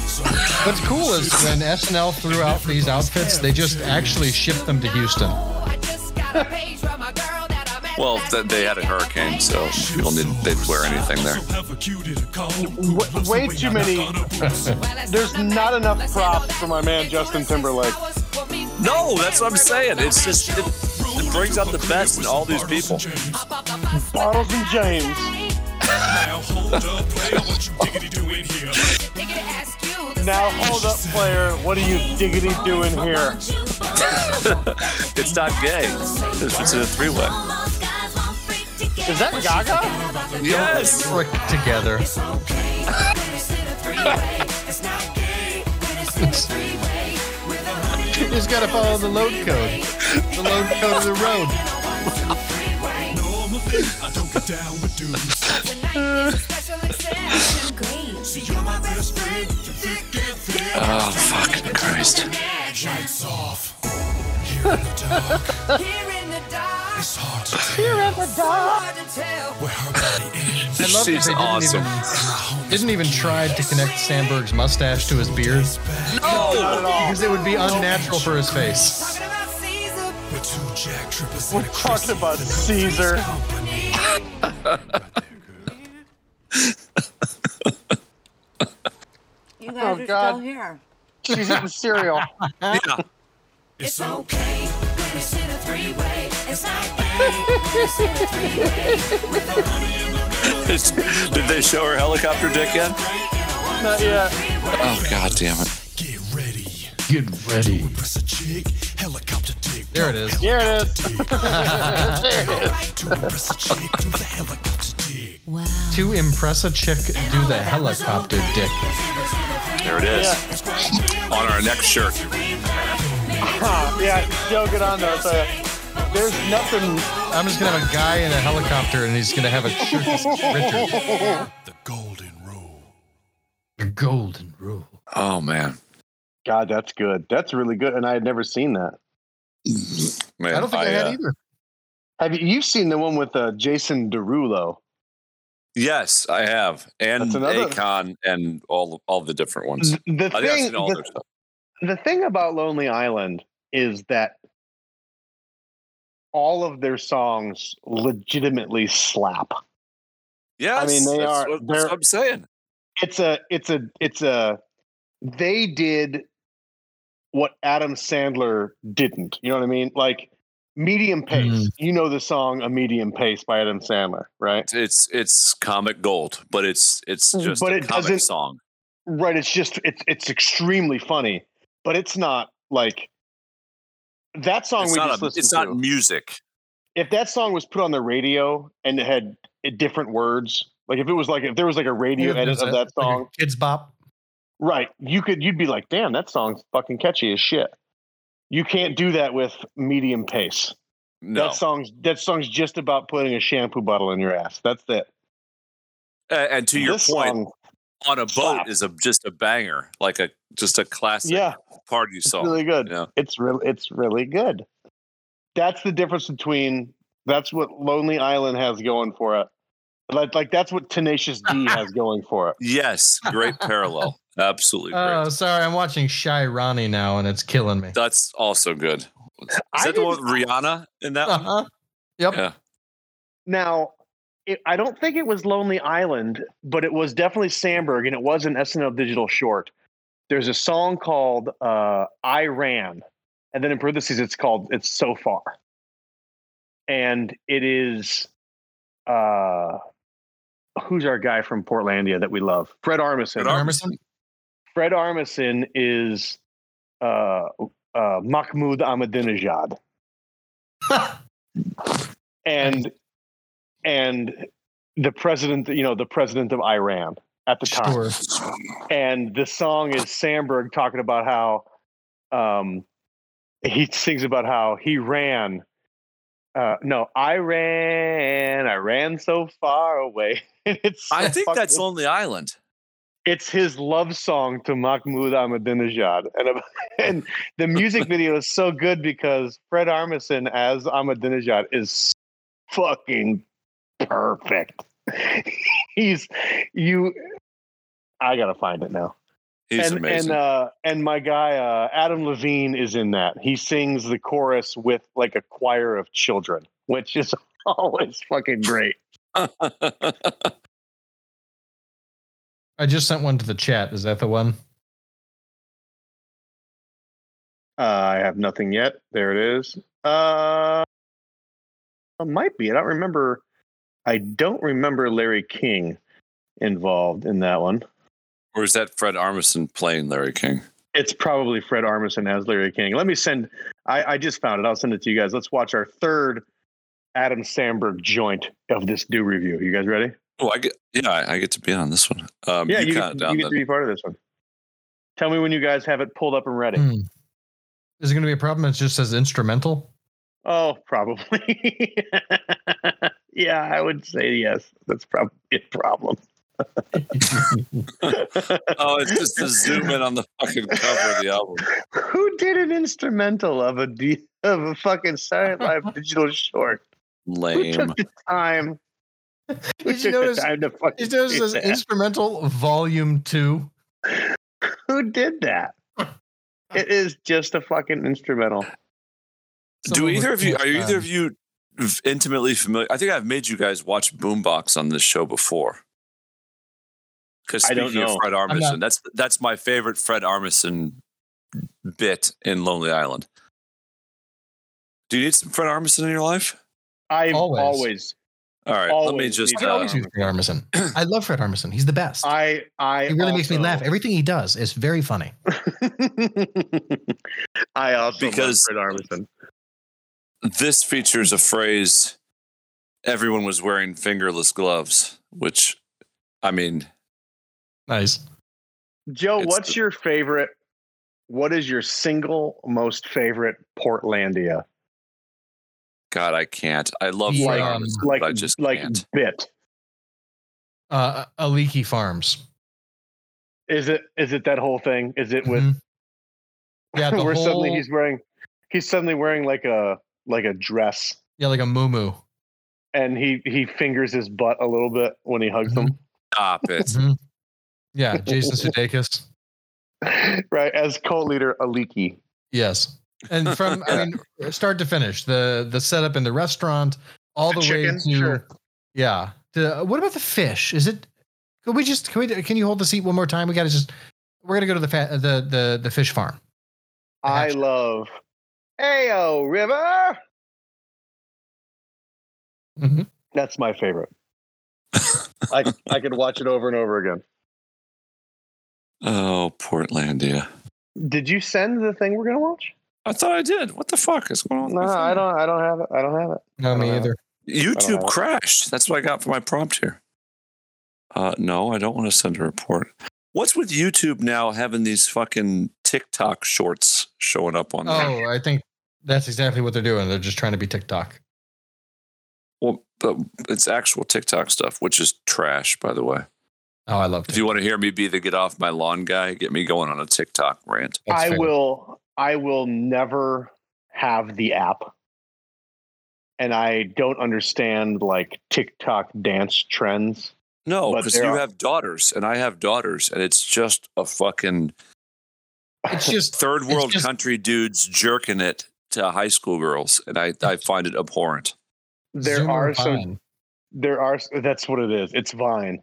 S5: What's cool is when SNL threw out these outfits, they just actually shipped them to Houston.
S4: Well, th- they had a hurricane, so people didn't they'd wear anything there.
S3: W- way too many. There's not enough props for my man Justin Timberlake.
S4: No, that's what I'm saying. It's just it, it brings out the best in all these people.
S3: Bottles and James. Now hold up, player. What are you diggity doing here?
S4: It's not gay. It's, it's a three-way.
S3: Is that Gaga?
S4: Yes.
S5: Frick together. You just gotta follow the load code. The load code of the road.
S4: Oh fucking Christ.
S5: I love
S4: She's
S5: that they didn't
S4: awesome.
S5: even didn't even try to connect Sandberg's mustache to his beard because it would be unnatural for his face.
S3: We're talking about Caesar.
S6: You guys
S3: Oh,
S6: are
S3: God.
S6: still here.
S3: She's eating cereal.
S4: Yeah.
S2: It's okay.
S4: It's- did they show her helicopter dick yet?
S3: Not yet.
S4: Oh god damn it.
S2: Get ready.
S5: Get ready.
S2: Press a chick. Helicopter dick.
S5: There it is.
S3: Here it is.
S2: To press a chick. Do the helicopter dick.
S5: To impress a chick, do the helicopter dick.
S4: There it is. On our next shirt.
S3: Ah, yeah, Joe, get on there. So, there's nothing.
S5: I'm just gonna have a guy in a helicopter and he's gonna have a shirt that says Richard.
S2: The golden rule.
S5: The golden rule.
S4: Oh man.
S3: God, that's good. That's really good. And I had never seen that.
S4: Man,
S5: I don't think I, had
S4: uh,
S5: either.
S3: Have you? You've seen the one with uh, Jason Derulo?
S4: Yes, I have. And
S3: That's another-
S4: Akon and all all the different ones.
S3: The thing,
S4: I think I've seen all
S3: the-
S4: their stuff.
S3: the thing about Lonely Island is that all of their songs legitimately slap.
S4: Yes,
S3: I mean, they
S4: that's
S3: are-
S4: What, that's
S3: they're-
S4: what I'm saying.
S3: It's a it's a it's a they did what Adam Sandler didn't. You know what I mean? Like medium pace.
S5: Mm.
S3: You know the song A Medium Pace by Adam Sandler, right?
S4: It's it's comic gold, but it's it's just
S3: But
S4: a
S3: it
S4: comic
S3: doesn't-
S4: song.
S3: Right, it's just it's it's extremely funny, but it's not like that song
S4: It's
S3: we
S4: not
S3: just
S4: a,
S3: listened
S4: it's
S3: to.
S4: not music.
S3: if that song was put on the radio and it had uh, different words, like if it was like if there was like a radio edit of that
S5: Like a
S3: song,
S5: Kids Bop.
S3: right? You could you'd be like, damn, that song's fucking catchy as shit. You can't do that with medium pace.
S4: No.
S3: That song's that song's just about putting a shampoo bottle in your ass. That's it.
S4: A- and to your
S3: This
S4: point,
S3: song-
S4: on a boat
S3: slap.
S4: is a just a banger, like a just a classic
S3: yeah,
S4: party
S3: it's
S4: song.
S3: really good.
S4: Yeah.
S3: It's real. It's really good. That's the difference between. That's what Lonely Island has going for it. Like, like that's what Tenacious D has going for it.
S4: Yes, great parallel. Absolutely great.
S5: Oh, sorry. I'm watching Shy Ronnie now and it's killing me.
S4: That's also good. Is
S3: I
S4: that the one
S3: didn't-
S4: with Rihanna in that one?
S5: Uh-huh. Yep.
S4: Yeah.
S3: Now, it, I don't think it was Lonely Island, but it was definitely Sandberg, and it was an SNL digital short. There's a song called uh, "I Ran," and then in parentheses, it's called "It's So Far," and it is uh, who's our guy from Portlandia that we love, Fred Armisen.
S5: Armisen.
S3: Fred Armisen is uh, uh, Mahmoud Ahmadinejad, and and the president, you know, the president of Iran at the time.
S5: Sure.
S3: And the song is Sandberg talking about how um, he sings about how he ran. Uh, no, I ran. I ran so far away. it's so
S4: I think
S3: fucking-
S4: that's Lonely Island.
S3: it's his love song to Mahmoud Ahmadinejad, and and the music video is so good because Fred Armisen as Ahmadinejad is fucking perfect. He's you. I gotta find it now.
S4: He's
S3: and
S4: amazing.
S3: and uh, and my guy uh, Adam Levine is in that. He sings the chorus with like a choir of children, which is always fucking great. uh,
S5: I just sent one to the chat. Is that the one?
S3: Uh, I have nothing yet. There it is. Uh, it might be. I don't remember. I don't remember Larry King involved in that one.
S4: or is that Fred Armisen playing Larry King?
S3: It's probably Fred Armisen as Larry King. Let me send. I, I just found it. I'll send it to you guys. Let's watch our third Adam Sandberg joint of this do review. You guys ready?
S4: Oh, I get. Yeah, I I get to be on this one. Um,
S3: yeah,
S4: you,
S3: you,
S4: count
S3: get,
S4: it down
S3: you get to
S4: then.
S3: be part of this one. Tell me when you guys have it pulled up and ready.
S5: Hmm. Is it going to be a problem? It just says instrumental.
S3: Oh, probably. yeah, I would say yes. That's probably a problem.
S4: Oh, it's just the zoom in on the fucking cover of the album.
S3: Who did an instrumental of a D of a fucking Silent Live digital short? Who
S4: Lame.
S3: took the time? Who
S5: Did you
S3: took the
S5: notice-
S3: time to fucking
S5: It just
S3: do
S5: says
S3: that?
S5: instrumental volume two.
S3: Who did that? It is just a fucking instrumental.
S4: Do
S5: Someone
S4: either
S5: with
S4: of you?
S5: more
S4: Are either
S5: time.
S4: of you v- intimately familiar? I think I've made you guys watch Boombox on this show before. Because
S3: I don't
S4: speaking of
S3: know.
S4: Fred
S5: I'm not-
S4: Armisen, that's that's my favorite Fred Armisen bit in Lonely Island. Do you need some Fred Armisen in your life?
S3: I've
S5: Always.
S3: always, always
S4: All right, let me
S3: Always
S4: just.
S3: need
S5: I can
S3: that.
S4: Uh,
S5: always use Fred Armisen. I love Fred Armisen. He's the best.
S3: I uh, I
S5: he really makes me
S3: also-
S5: laugh. Everything he does is very funny.
S3: I also because
S4: Because-
S3: Fred Armisen.
S4: this features a phrase everyone was wearing fingerless gloves which i mean
S5: Nice.
S3: Joe,
S4: It's
S3: what's
S4: the-
S3: your favorite? What is your single most favorite Portlandia?
S4: god i can't i love
S5: Yeah,
S4: Fred
S5: um,
S4: Armisen,
S3: Like
S4: but i just
S3: like
S4: can't
S3: bit.
S5: Uh, a leaky farms.
S3: Is it is it that whole thing? Is it with
S5: Mhm. Yeah, the
S3: where
S5: whole,
S3: suddenly he's wearing he's suddenly wearing like a like a dress
S5: yeah, like a moo moo.
S3: and he he fingers his butt a little bit when he hugs them.
S4: stop it
S5: Mhm. Yeah, Jason Sudeikis. Mm-hmm.
S3: right, as cult leader Aliki.
S5: Yes, and from I mean start to finish, the the setup in the restaurant, all the,
S3: The
S5: way
S3: chicken,
S5: to
S3: sure.
S5: yeah. The, what about the fish? Is it? Can we just can we can you hold the seat one more time? We got to just we're gonna go to the fa- the the the fish farm.
S3: I
S5: Gotcha.
S3: love Ayo River.
S5: Mhm.
S3: That's my favorite. I I could watch it over and over again.
S4: oh portlandia
S3: Did you send the thing we're gonna watch?
S4: i thought i did what the fuck is going on with
S3: No,
S4: my phone?
S3: I don't. I don't have it. I don't have it.
S5: No, me
S3: Uh,
S5: either.
S3: I don't
S4: youtube
S3: know.
S4: crashed that's what i got for my prompt here uh no i don't want to send a report what's with youtube now having these fucking tiktok shorts showing up on there
S5: Oh, I think that's exactly what they're doing. They're just trying to be TikTok.
S4: well but it's actual tiktok stuff which is trash by the way
S5: Oh, I love.
S4: If you want to hear me be the get off my lawn guy, get me going on a TikTok rant.
S5: That's
S3: I
S5: fair.
S3: will. I will never have the app, and I don't understand like TikTok dance trends.
S4: No,
S3: But
S4: because
S3: there
S4: you
S3: are-
S4: have daughters and I have daughters, and it's just a fucking
S5: It's just
S4: third world
S5: just-
S4: country dudes jerking it to high school girls, and I, I find it abhorrent.
S3: There
S5: Zoom
S3: are
S5: or
S3: some.
S5: Vine.
S3: There are. That's what it is. It's Vine.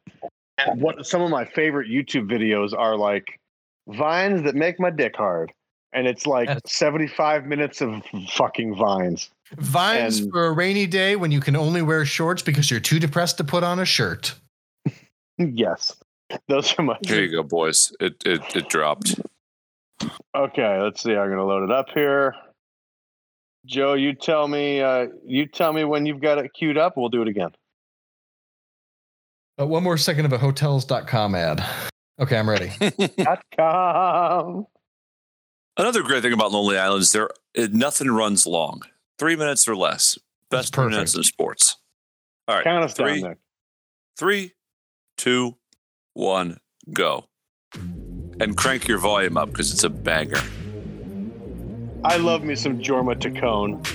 S3: And what some of my favorite YouTube videos are like vines that make my dick hard, and it's like
S5: Yes.
S3: seventy-five minutes of fucking vines.
S5: vines
S3: and-
S5: for a rainy day when you can only wear shorts because you're too depressed to put on a shirt.
S3: Yes. Those are my
S4: Here you go, boys. It it, it dropped.
S3: Okay, let's see. I'm gonna load it up here. Joe, you tell me. Uh, you tell me when you've got it queued up. We'll do it again.
S5: Uh, one more second of a hotels.com ad. Okay, I'm ready.
S3: Dot com.
S4: Another great thing about Lonely Island is there it, nothing runs long. Three minutes or less.
S5: That's
S4: Best three minutes
S5: perfect.
S4: in sports. All right.
S3: Count us
S4: three,
S3: down, Nick.
S4: three, two, one, go. And crank your volume up because it's a banger.
S3: I love me some Jorma Tacone.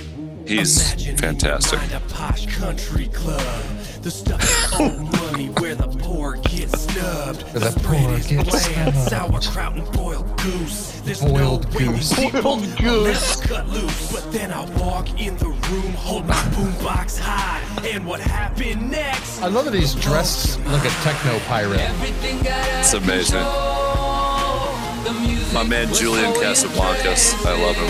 S4: He's fantastic.
S2: You find a posh country club. The stuff that old money where the poor get snubbed.
S5: Where the poor
S2: bread is
S5: get
S2: bland,
S5: snubbed.
S2: sauerkraut and boiled goose. There's
S5: Boiled
S2: no way we
S5: goose.
S2: keep
S3: Boiled
S2: it
S3: goose.
S2: cut loose. But then I walk in the room, hold my boombox high. And what happened next?
S5: I love that he's dressed like a techno pirate.
S6: Everything got out
S4: It's amazing. My man Julian Casablancas. I love him.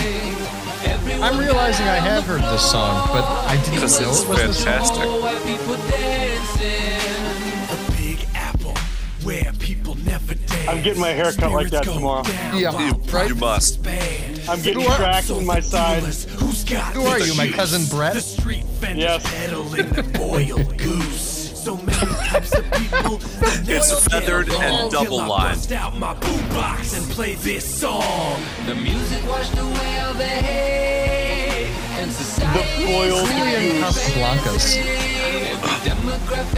S5: I'm realizing I have heard this song, but I didn't know
S4: Because it's
S5: it was this song.
S4: fantastic.
S6: white people dancing.
S2: The Big Apple, where people never dance.
S3: I'm getting my hair cut like that
S2: Spirits go
S3: tomorrow.
S2: down
S5: Yeah,
S2: while
S5: you- right?
S4: You must.
S2: band.
S3: I'm getting
S5: Who are-
S3: cracked in my side.
S2: Who's got
S5: Who are
S2: the
S5: you, my
S2: juice?
S5: cousin Brett?
S2: The street vendors
S3: Yes.
S2: peddling the boiled goose. So many types of people. the
S4: It's
S2: loyal
S4: feathered
S2: get
S4: and
S2: along.
S4: double
S2: Till I
S4: lined.
S2: bust out my boombox and play this song.
S6: The music washed away all the hate. And society.
S3: boiled
S5: Julian Casablancas.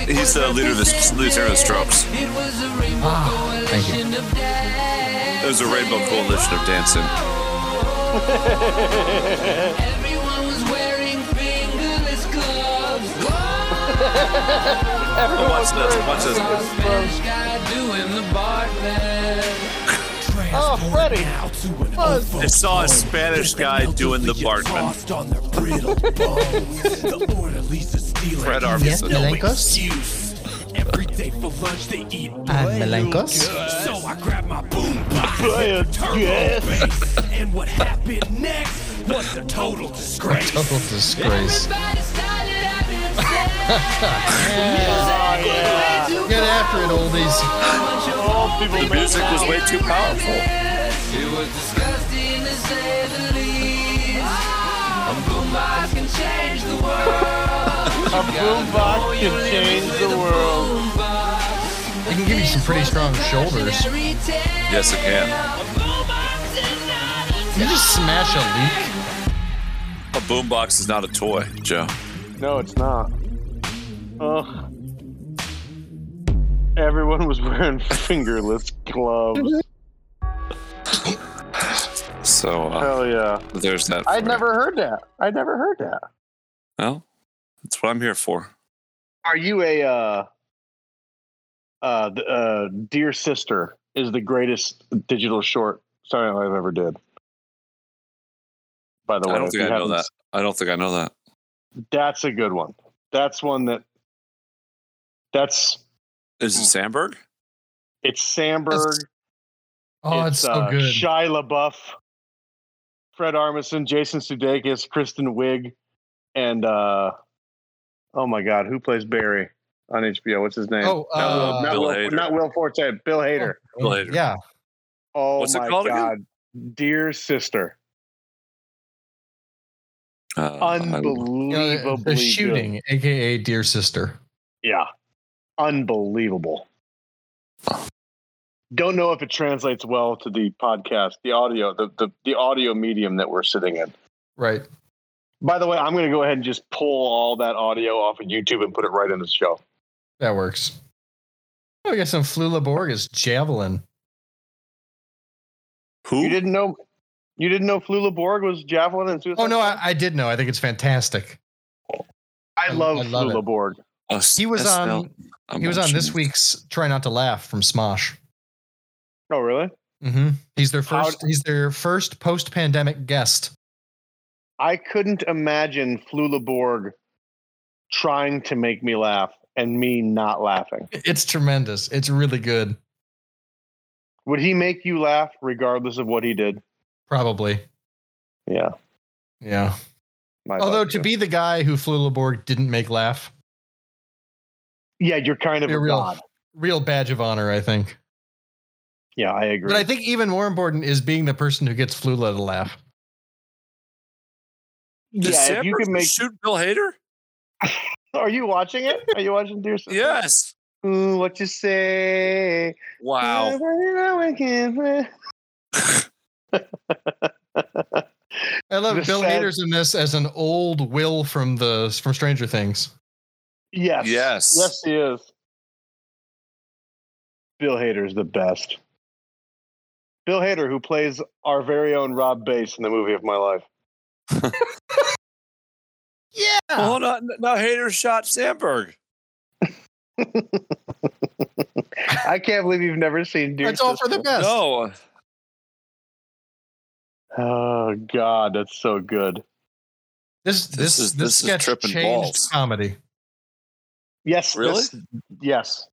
S4: He's the leader of the leader of the Strokes.
S6: It was a rainbow
S5: Ah, thank you.
S6: coalition of
S4: It was a rainbow coalition of dancing.
S6: Everyone was wearing fingerless gloves.
S4: Oh, watch this. Watch this.
S6: Saw a Spanish guy doing the Bartman.
S3: Oh, Freddy.
S4: I saw a Spanish guy doing the Bartman.
S2: Bartman.
S4: Fred Armisen.
S2: Every day for lunch they eat
S5: And Ah, Melenkos.
S2: So I grabbed my boom box,
S3: Play
S2: and
S3: it,
S2: turbo
S3: yes.
S2: bass. and what happened next was a total disgrace.
S5: Total disgrace.
S6: Everybody started having sex. Music was way too
S5: Get after it, oldies.
S6: powerful.
S4: The music was way too powerful.
S6: It was disgusting to say the least.
S3: Oh.
S6: A boombox can change the Oh, world.
S3: A boombox can change the world.
S5: It can give you some pretty strong shoulders.
S4: Yes, it can.
S5: You just smash a leak.
S4: A boombox is not a toy, Joe.
S3: No, it's not. Ugh. Everyone was wearing fingerless gloves.
S4: So uh,
S3: Hell yeah.
S4: there's that. for
S3: I'd
S4: you.
S3: never heard that. I'd never heard that.
S4: Well, that's what I'm here for.
S3: Are you a uh uh, th- uh Dear Sister is the greatest digital short Saturday Night Live ever did. By the way,
S4: I don't
S3: if
S4: think
S3: you
S4: I know
S3: haven't
S4: that. I don't think I know that.
S3: That's a good one. That's one that that's
S4: Is
S3: Hmm.
S4: it Sandberg?
S3: it's Sandberg.
S5: That's- Oh, it's, so
S3: uh,
S5: good.
S3: Shia LaBeouf, Fred Armisen, Jason Sudeikis, Kristen Wiig, and uh, oh my God, who plays Barry on HBO? What's his name?
S5: Oh,
S3: not,
S5: uh,
S3: Will, not,
S4: Bill
S3: Will-
S4: Hader.
S3: not Will Forte, Bill Hader.
S4: Later.
S5: Yeah. uh,
S3: Oh,
S4: What's it
S3: my
S4: called again?
S3: God, dear sister,
S4: Uh, I-
S5: You know, the-
S3: unbelievably
S5: the
S3: good.
S5: shooting, aka Dear Sister.
S3: Yeah. Unbelievable. Don't know if it translates well to the podcast, the audio, the, the, the audio medium that we're sitting in.
S5: Right.
S3: By the way, I'm going to go ahead and just pull all that audio off of YouTube and put it right in the show.
S5: That works. Oh, we got some Flula Borg as Javelin.
S4: who?
S3: You didn't know you didn't know Flula Borg was javelin and suicide.
S5: Oh, no, I, I did know. I think it's fantastic.
S3: I,
S5: I-
S3: love,
S5: I love
S3: Flula
S5: it.
S3: Borg.
S4: Oh, s-
S5: He was
S4: SL.
S5: on
S4: I'm
S5: he was on this
S4: watching.
S5: week's Try Not to Laugh from Smosh.
S3: Oh, really?
S5: Mm-hmm. He's their
S3: How-
S5: first he's their first post-pandemic guest.
S3: I couldn't imagine Flula Borg trying to make me laugh and me not laughing.
S5: It's tremendous. It's really good.
S3: Would he make you laugh regardless of what he did?
S5: Probably.
S3: Yeah.
S5: Yeah.
S3: my
S5: Although
S3: thoughts,
S5: to
S3: yeah.
S5: be the guy who Flula Borg didn't make laugh,
S3: Yeah, you're kind of
S5: Be
S3: a
S5: real.
S3: god.
S5: real badge of honor, I think.
S3: Yeah, I agree.
S5: But I think even more important is being the person who gets Flula to laugh.
S4: Did
S3: yeah, if you
S4: Sandberg
S3: can make.
S4: shoot Bill Hader?
S3: Are you watching it? Are you watching Dear Sister?
S4: Yes.
S3: Ooh, what you say?
S4: Wow.
S5: I love
S3: The
S5: Bill
S3: sad-
S5: Hader's in this as an old Will from the from Stranger Things.
S3: Yes.
S4: Yes.
S3: Yes, he is. Bill Hader is the best. Bill Hader, who plays our very own Rob Bass in the movie of my life.
S5: Yeah.
S4: Well, now, now Hader shot Sandberg.
S3: I can't believe you've never seen Dear
S5: That's all for the
S3: Sister.
S5: best.
S4: No.
S3: Oh God, that's so good.
S5: This this
S4: This
S5: this,
S4: is-
S5: this
S4: this is
S5: sketch
S4: tripping
S5: changed
S4: balls.
S5: comedy.
S3: Yes,
S4: Really?
S3: this- yes,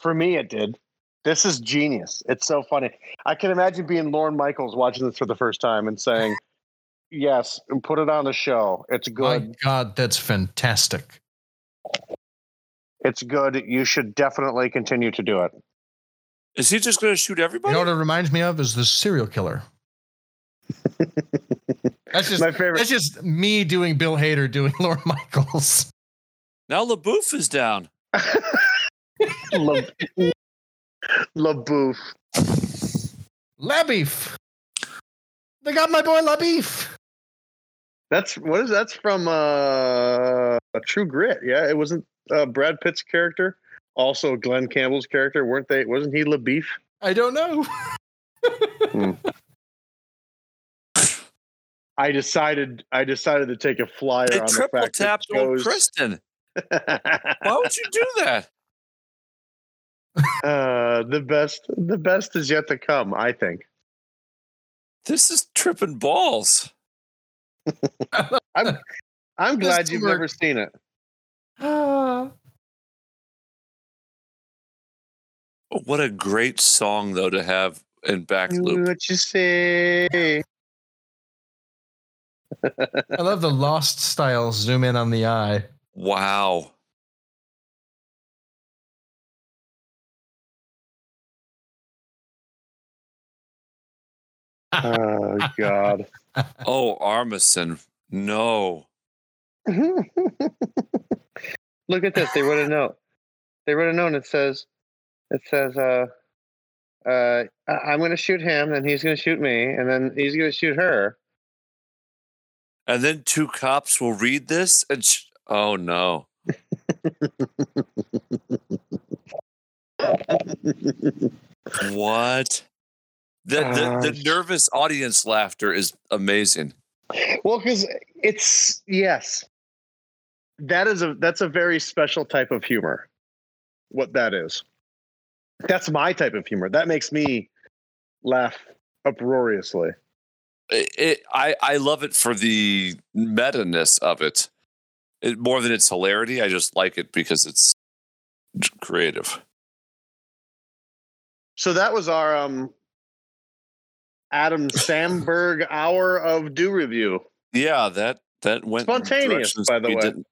S3: for me it did. This is genius. It's so funny. I can imagine being Lauren Michaels watching this for the first time and saying, "Yes, and put it on the show. It's good.
S5: My God, that's fantastic.
S3: It's good. You should definitely continue to do it."
S4: Is he just going to shoot
S5: You
S4: everybody?
S5: know what it reminds me of is the serial killer. that's just
S3: My favorite.
S5: that's just me doing Bill Hader doing Lauren Michaels.
S4: Now LaBouffe is down.
S3: La, La Bouffe.
S5: Labeef. They got my boy Labeef.
S3: That's what is that's from uh, a True Grit. Yeah, it wasn't uh, Brad Pitt's character. Also, Glenn Campbell's character weren't they? Wasn't he La Beef?
S5: I don't know.
S3: I decided I decided to take a flyer
S4: They
S3: on the
S4: triple
S3: fact
S4: tapped
S3: that
S4: old
S3: Joe's,
S4: Kristen. Why would you do that?
S3: uh, the best the best is yet to come. I think
S4: This is tripping balls.
S3: I'm
S5: This
S3: glad you've
S5: worked.
S3: never seen it.
S4: Oh, What a great song though to have in back loop.
S3: What you say?
S5: I love the lost style zoom in on the eye.
S4: Wow.
S3: Oh God!
S4: Oh, Armisen. No.
S3: Look at this. They wrote a note. They wrote a note. And it says, it says, uh, uh, I- I'm going to shoot him, and he's going to shoot me, and then he's going to shoot her.
S4: And then two cops will read this and sh- oh no. What? The, the, the
S3: Gosh.
S4: nervous audience laughter is amazing.
S3: well, because it's yes, that is a that's a very special type of humor. What that is, that's my type of humor. That makes me laugh uproariously.
S4: It, it, I, I love it for the meta ness of it. it. More than its hilarity, I just like it because it's creative.
S3: So that was our um Adam Samberg hour of do review.
S4: Yeah, that that went in
S3: Spontaneous,
S4: directions
S3: by the
S4: we
S3: way.
S4: Didn't,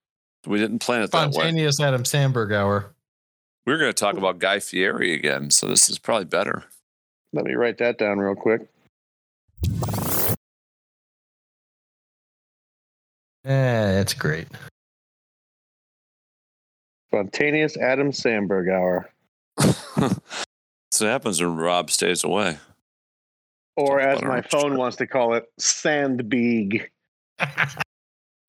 S4: we didn't plan it that way.
S5: Spontaneous Adam Sandberg hour.
S4: We were going to talk about Guy Fieri again, so this is probably better.
S3: Let me write that down real quick.
S5: Eh, it's great.
S3: Spontaneous Adam Samberg hour.
S4: That's what happens when Rob stays away.
S3: Or
S4: Talk
S3: as
S4: about
S3: my
S4: orange
S3: phone
S4: juice.
S3: wants to call it, sandbeeg.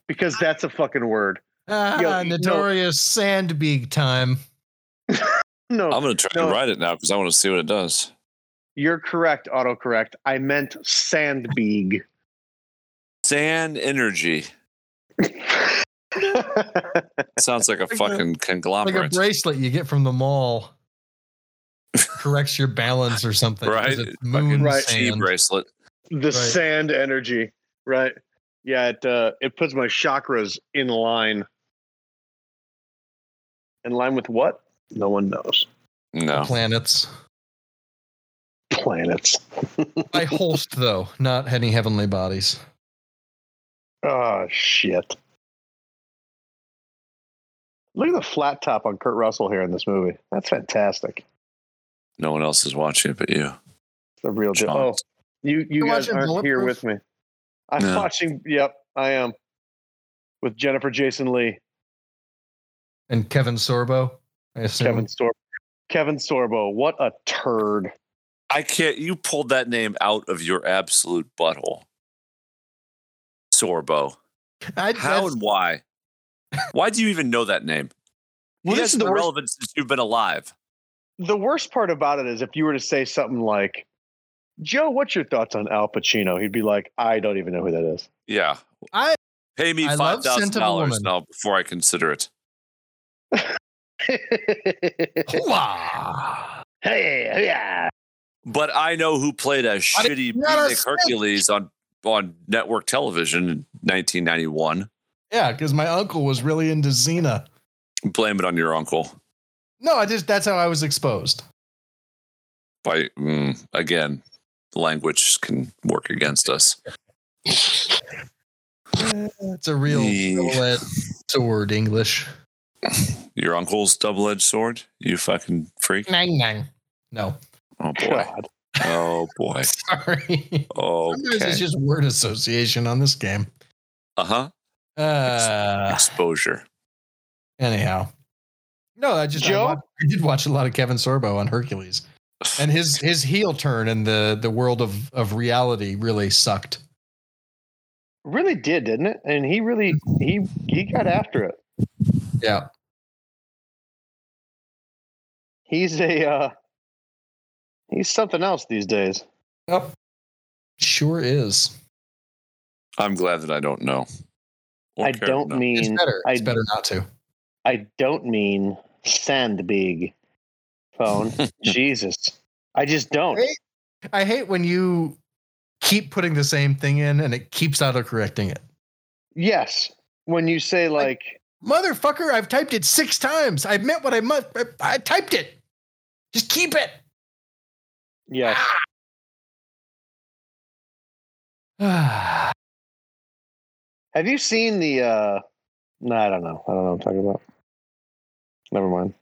S3: because that's a fucking word.
S5: Ah,
S3: Yo, no.
S5: notorious Sandbeak time.
S3: No,
S4: I'm going to try
S3: Oh, no.
S4: to write it now because I want to see what it does.
S3: you're correct, autocorrect. I meant sandbeeg.
S4: Sand Energy sounds like a
S5: a-
S4: fucking
S5: Like a
S4: conglomerate.
S5: bracelet you get from the mall. Corrects your balance or something. 'cause
S4: Right.
S5: it's Moon
S3: Right.
S4: Tea
S5: sand.
S4: bracelet.
S3: the sand energy, right? Yeah, it uh, it puts my chakras in line. In line with what? No one knows.
S5: The
S4: No.
S5: Planets.
S3: Planets.
S5: By host though, not any heavenly bodies.
S3: Ah, Oh shit. Look at the flat top on Kurt Russell here in this movie. That's fantastic.
S4: No one else is watching it but you.
S3: It's a real deal.
S4: Sean.
S3: Oh, you you
S5: You're
S3: guys
S5: watching
S3: aren't here
S5: Bulletproof?
S3: with me. I'm
S4: No.
S3: watching. Yep, I am. With Jennifer Jason Lee,
S5: And Kevin Sorbo. I assume.
S3: Kevin Sorbo. Kevin Sorbo, what a turd!
S4: I can't. You pulled that name out of your absolute butthole. Sorbo.
S5: I,
S4: How
S5: that's-
S4: and why? Why do you even know that name?
S3: Well,
S4: he
S3: this is
S4: hasn't
S3: the
S4: been
S3: worst.
S4: relevant since you've been alive.
S3: The worst part about it is if you were to say something like, "Joe, what's your thoughts on Al Pacino?" He'd be like, "I don't even know who that is."
S4: Yeah.
S5: I-
S4: pay me
S5: I
S4: five
S5: love
S4: thousand
S5: Scent of a
S4: dollars
S5: Woman.
S4: now before I consider it.
S5: Hoo-ah.
S3: hey, yeah.
S4: But I know who played a shitty
S5: not a
S4: beatnik
S5: snitch.
S4: Hercules on on network television in 1991.
S5: Yeah, because my uncle was really into Xena.
S4: Blame it on your uncle.
S5: No, I just that's how I was exposed.
S4: By mm, again, language can work against us.
S5: It's a real
S4: Yeah.
S5: double-edged sword English.
S4: Your uncle's double-edged sword. You fucking freak.
S5: Nang nang. No,
S4: Oh boy.
S3: God.
S4: Oh boy.
S5: sorry. Sometimes
S4: Okay.
S5: it's just word association on this game.
S4: Uh huh.
S5: Uh,
S4: Exposure.
S5: anyhow, no, I just
S3: Joe?
S5: I, watched- I did watch a lot of Kevin Sorbo on Hercules, and his his heel turn in the the world of of reality really sucked.
S3: Really did, didn't it? And he really he he got after it.
S5: Yeah,
S3: He's a uh, he's something else these days.
S5: yep, sure is.
S4: I'm glad that I don't know. Or
S3: I
S4: care to
S3: don't
S4: know.
S5: It's
S3: mean
S5: better.
S3: I
S5: It's better not to.
S3: I don't mean sand big phone. Jesus. I just don't.
S5: Hey. I hate when you keep putting the same thing in and it keeps autocorrecting it.
S3: Yes. When you say like
S5: Motherfucker, I've typed it six times. I meant what I meant. I, I typed it. Just keep it.
S3: yes.
S4: Ah.
S5: I
S3: Have you seen the uh no, I don't know. I don't know what I'm talking about. Never mind.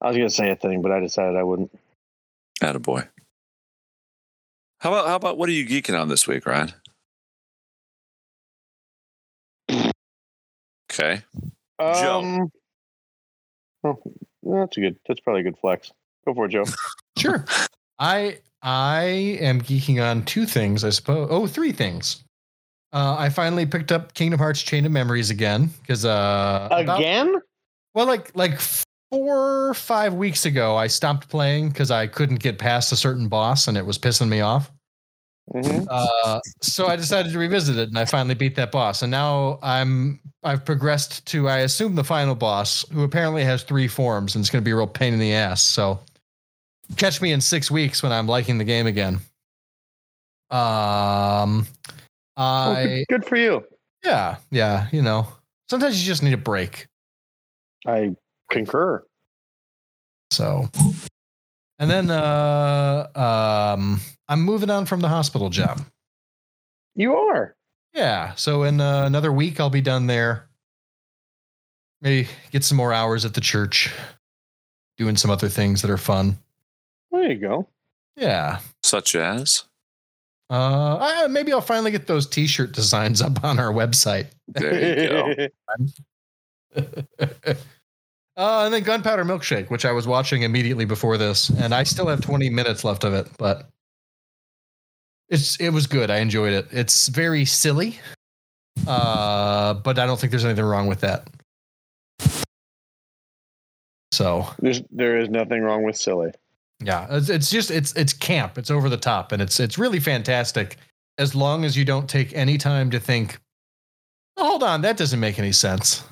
S3: I was gonna say a thing, but I decided I wouldn't.
S4: Attaboy. How about how about what are you geeking on this week, Ryan? Okay. Joe.
S3: Um oh, that's a good that's probably a good flex. Go for it, Joe.
S5: Sure. I I am geeking on two things, I suppose. Oh, three things. Uh, I finally picked up Kingdom Hearts Chain of Memories again because uh, about-
S3: Again?
S5: well, like like four or five weeks ago, I stopped playing because I couldn't get past a certain boss and it was pissing me off.
S3: Mhm.
S5: Uh, so I decided to revisit it, and I finally beat that boss. And now I'm I've progressed to I assume the final boss, who apparently has three forms, and it's going to be a real pain in the ass. So catch me in six weeks when I'm liking the game again. Um,
S3: Oh,
S5: I
S3: good, good for you.
S5: yeah yeah you know sometimes you just need a break.
S3: I concur.
S5: So and then uh um I'm moving on from the hospital job.
S3: You are.
S5: Yeah. So in uh, another week, I'll be done there. Maybe get some more hours at the church, doing some other things that are fun.
S3: There you go.
S5: Yeah.
S4: Such as
S5: Uh, I, maybe I'll finally get those T-shirt designs up on our website.
S4: there you go.
S5: uh, and then Gunpowder Milkshake, which I was watching immediately before this, and I still have 20 minutes left of it, but it's it was good. I enjoyed it. It's very silly, uh, but I don't think there's anything wrong with that. So
S3: There's, there is nothing wrong with silly.
S5: yeah, it's, it's just it's it's camp. It's over the top, and it's it's really fantastic. As long as you don't take any time to think, "Oh, hold on, that doesn't make any sense,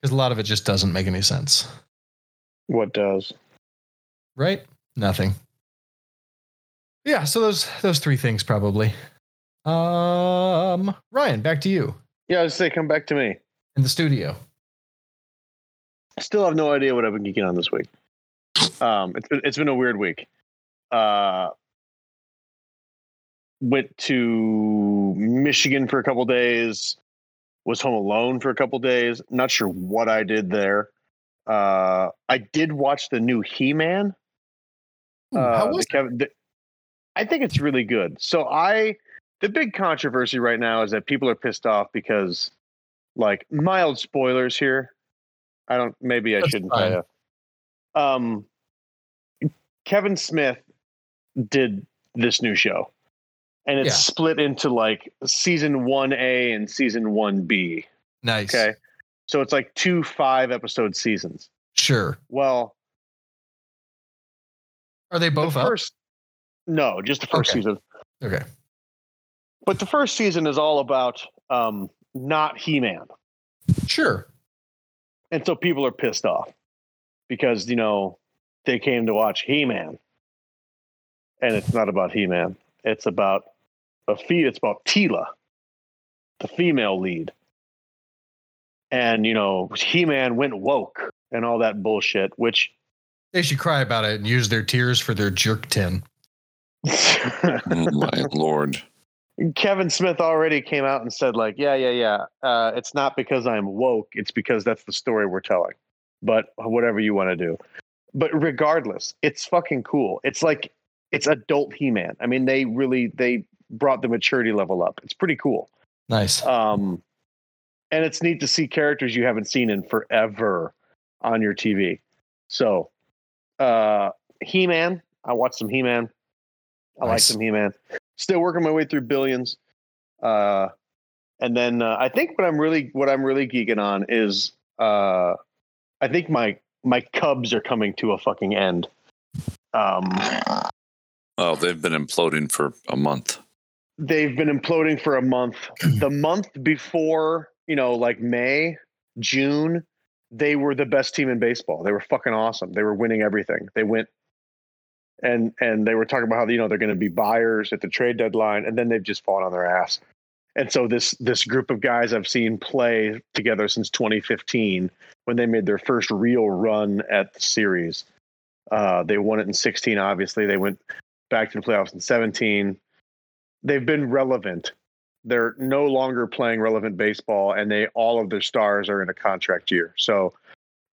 S5: because a lot of it just doesn't make any sense,
S3: What does?
S5: right? Nothing. Yeah, so those those three things probably. Um, Ryan, back to you
S3: Yeah, I was say come back to me.
S5: in the studio.
S3: Still have no idea what I've been geeking on this week. Um, it's been it's been a weird week. Uh, went to Michigan for a couple days. was home alone for a couple days. Not sure what I did there. Uh, I did watch the new He Man.
S5: Ooh,
S3: uh,
S5: Hmm, how
S3: the
S5: was
S3: Kevin, the- I think it's really good. So I, the big controversy right now is that people are pissed off because, like, mild spoilers here. I don't. Maybe I
S5: That's
S3: shouldn't
S5: fine.
S3: say that. Um, Kevin Smith did this new show, and it's
S5: Yeah.
S3: split into like season one A and season one B.
S5: nice?
S3: Okay, so it's like two five episode seasons.
S5: Sure.
S3: Well,
S5: Are they both
S3: the
S5: up?
S3: first, no, just the first
S5: Okay.
S3: season.
S5: Okay.
S3: But the first season is all about um, not He Man.
S5: Sure.
S3: And so people are pissed off because, you know, they came to watch He Man. And it's not about He Man, it's about a fee, it's about Tila, the female lead. And, you know, He Man went woke and all that bullshit, which
S5: They should cry about it and use their tears for their jerk tin.
S4: Oh my lord.
S3: Kevin Smith already came out and said, like, yeah, yeah, yeah. Uh, it's not because I'm woke. It's because that's the story we're telling. But whatever you want to do. But regardless, it's fucking cool. It's like it's adult He-Man. I mean, they really they brought the maturity level up. It's pretty cool.
S5: Nice.
S3: Um, and it's neat to see characters you haven't seen in forever on your TV. So, uh, He Man, I watched some He Man. I like
S5: Nice.
S3: some He Man. Still working my way through billions. Uh, and then uh, I think what I'm really what I'm really geeking on is uh, I think my my Cubs are coming to a fucking end. Um,
S4: Oh, they've been imploding for a month.
S3: they've been imploding for a month. the month before, you know, like May, June, they were the best team in baseball. They were fucking awesome. They were winning everything. They went and and they were talking about how you know they're going to be buyers at the trade deadline, and then they've just fallen on their ass. And so this this group of guys I've seen play together since 2015 when they made their first real run at the series. Uh, they won it in 16. Obviously, they went back to the playoffs in 17 they've been relevant. They're no longer playing relevant baseball, and they all of their stars are in a contract year. So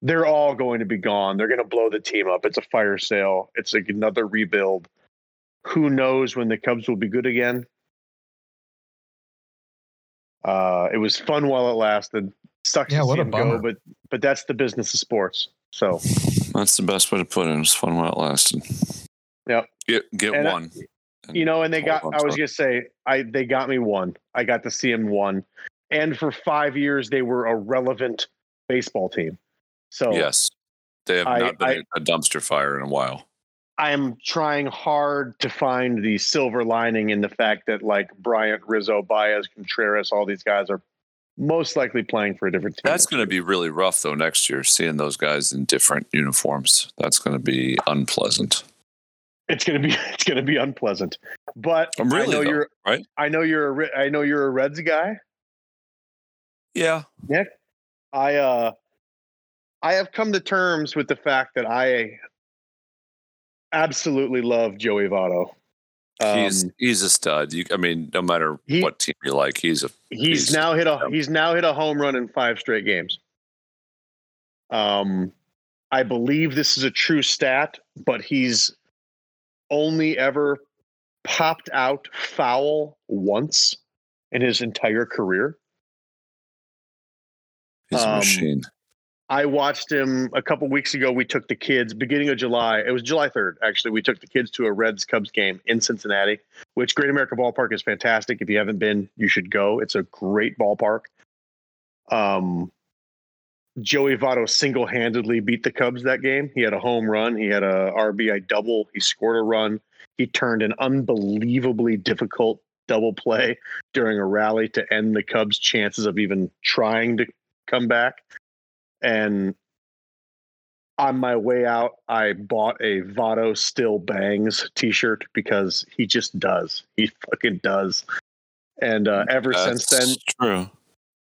S3: they're all going to be gone. They're going to blow the team up. It's a fire sale. It's like another rebuild. Who knows when the Cubs will be good again? Uh, it was fun while it lasted. Sucks
S5: Yeah,
S3: to
S5: what
S3: see
S5: a
S3: them
S5: bummer.
S3: go, but but that's the business of sports. So
S4: That's the best way to put it. It's fun while it lasted.
S3: Yep.
S4: Get get
S3: And I-
S4: one.
S3: you know, and they got.
S4: Hold on,
S3: I was
S4: sorry.
S3: gonna say, I they got me one. I got to see him one, and for five years they were a relevant baseball team. So
S4: Yes. They have
S3: Oh. I-
S4: not been
S3: I-
S4: a dumpster fire in a while.
S3: I am trying hard to find the silver lining in the fact that like Bryant, Rizzo, Baez, Contreras, all these guys are most likely playing for a different team.
S4: That's going to be really rough though next year. Seeing those guys in different uniforms, that's going to be unpleasant.
S3: it's gonna be it's gonna be unpleasant. But
S4: Um, really,
S3: I know
S4: though,
S3: you're
S4: right?
S3: I know you're a Re- I know you're a Reds guy.
S4: Yeah,
S3: Nick, I uh I have come to terms with the fact that I absolutely love Joey Votto. Um,
S4: he's he's a stud. You, I mean, no matter
S3: He-
S4: what team you like, he's a
S3: he's
S4: he's-
S3: now hit a he's now hit a home run in five straight games. Um I believe this is a true stat, but he's only ever popped out foul once in his entire career.
S4: he's a
S3: Um,
S4: machine.
S3: I watched him a couple weeks ago. We took the kids beginning of July. It was July 3rd, actually. We took the kids to a Reds Cubs game in Cincinnati, which Great America Ballpark is fantastic. If you haven't been, you should go. It's a great ballpark. Um, Joey Votto single handedly beat the Cubs that game. He had a home run, he had a RBI double, he scored a run. He turned an unbelievably difficult double play during a rally to end the Cubs' chances of even trying to come back and on my way out i bought a votto still bangs t-shirt because he just does he fucking does and uh, ever since then
S4: That's true.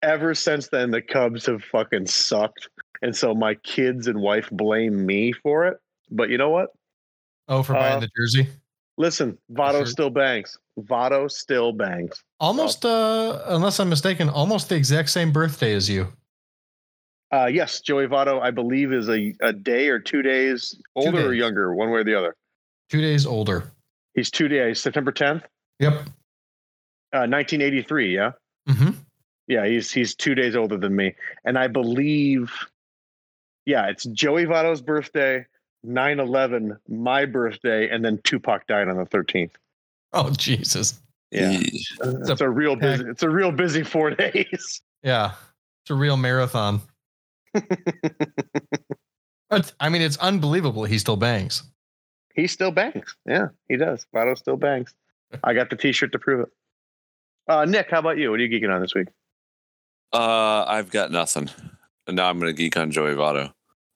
S3: ever since then the cubs have fucking sucked and so my kids and wife blame me for it but you know what
S5: Oh, for
S3: Uh,
S5: buying the jersey.
S3: Listen, Votto
S5: Sure.
S3: still bangs. Votto still bangs.
S5: Almost, uh, unless I'm mistaken, almost the exact same birthday as you.
S3: Uh, yes, Joey Votto, I believe, is a, a day or two days older or
S5: days.
S3: younger, one way or the other.
S5: Two days older.
S3: He's two days, September 10th,
S5: Yep.
S3: uh, 1983. Yeah.
S5: Mm-hmm.
S3: Yeah, he's he's two days older than me, and I believe, yeah, it's Joey Votto's birthday, 9-11, my birthday, and then Tupac died on the thirteenth.
S5: Oh Jesus.
S3: Yeah,
S4: Yee.
S3: it's, a real busy. It's a real busy four days.
S5: Yeah. It's a real marathon. But, I mean, it's unbelievable. He still bangs.
S3: He still bangs. Yeah, he does. Votto still bangs. I got the T-shirt to prove it. Uh, Nick, how about you? What are you geeking on this week?
S4: Uh, I've got nothing. And now I'm going to geek on Joey Votto,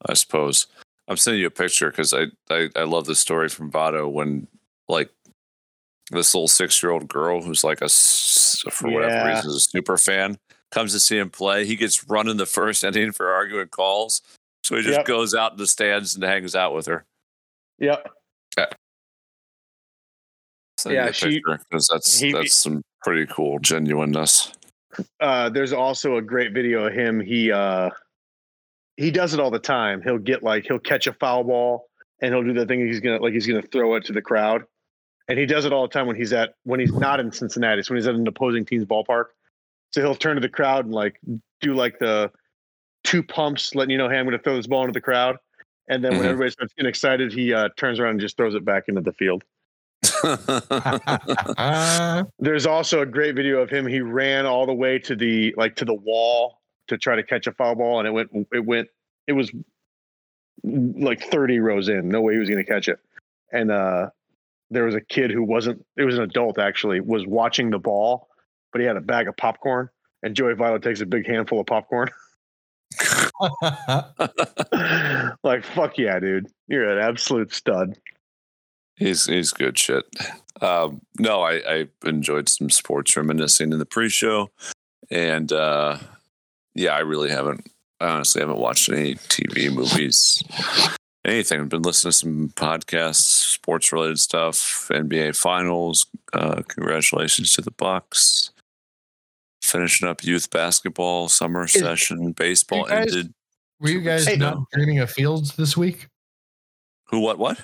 S4: I suppose. I'm sending you a picture because I, I, I love the story from Votto when, like, this little six year old girl who's, like, a, s- for whatever
S3: Yeah.
S4: reason, is a super fan comes to see him play. He gets run in the first inning for arguing calls. So he just
S3: Yep.
S4: goes out in the stands and hangs out with her.
S3: Yep.
S4: Send you
S3: Yeah,
S4: the
S3: she-
S4: picture 'cause that's,
S3: he-
S4: that's some pretty cool genuineness.
S3: uh, there's also a great video of him. He uh, he does it all the time. He'll get like he'll catch a foul ball and he'll do the thing he's gonna like he's gonna throw it to the crowd, and he does it all the time when he's at when he's not in Cincinnati. It's when he's at an opposing team's ballpark. So he'll turn to the crowd and like do like the two pumps, letting you know, hey, I'm gonna throw this ball into the crowd. And then when
S4: Mhm.
S3: everybody starts getting excited, he uh, turns around and just throws it back into the field.
S5: Ah,
S3: There's also a great video of him. He ran all the way to the like to the wall to try to catch a foul ball, and it went it went it was like 30 rows in. No way he was going to catch it. And uh there was a kid who wasn't. It was an adult actually was watching the ball, but he had a bag of popcorn. And Joey Votto takes a big handful of popcorn. like fuck yeah, dude! You're an absolute stud.
S4: He's he's good shit. Um, no, I, I enjoyed some sports reminiscing in the pre-show, and uh, yeah, I really haven't. I honestly haven't watched any TV, movies, anything. I've been listening to some podcasts, sports-related stuff, NBA Finals. Uh, congratulations to the Bucks. Finishing up youth basketball summer session. Baseball
S5: guys-
S4: ended.
S5: were you guys
S3: Hey,
S5: not dreaming of fields this week?
S4: Who? What? What?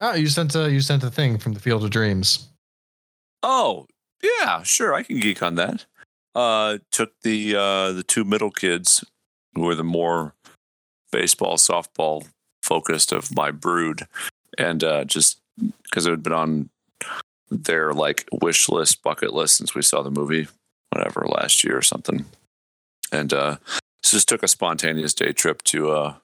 S5: Oh, you sent a you sent a thing from the Field of Dreams.
S4: Oh, yeah, sure, I can geek on that. Uh took the uh the two middle kids who were the more baseball softball focused of my brood and uh just cuz it had been on their like wish list bucket list since we saw the movie whatever last year or something. And uh so just took a spontaneous day trip to uh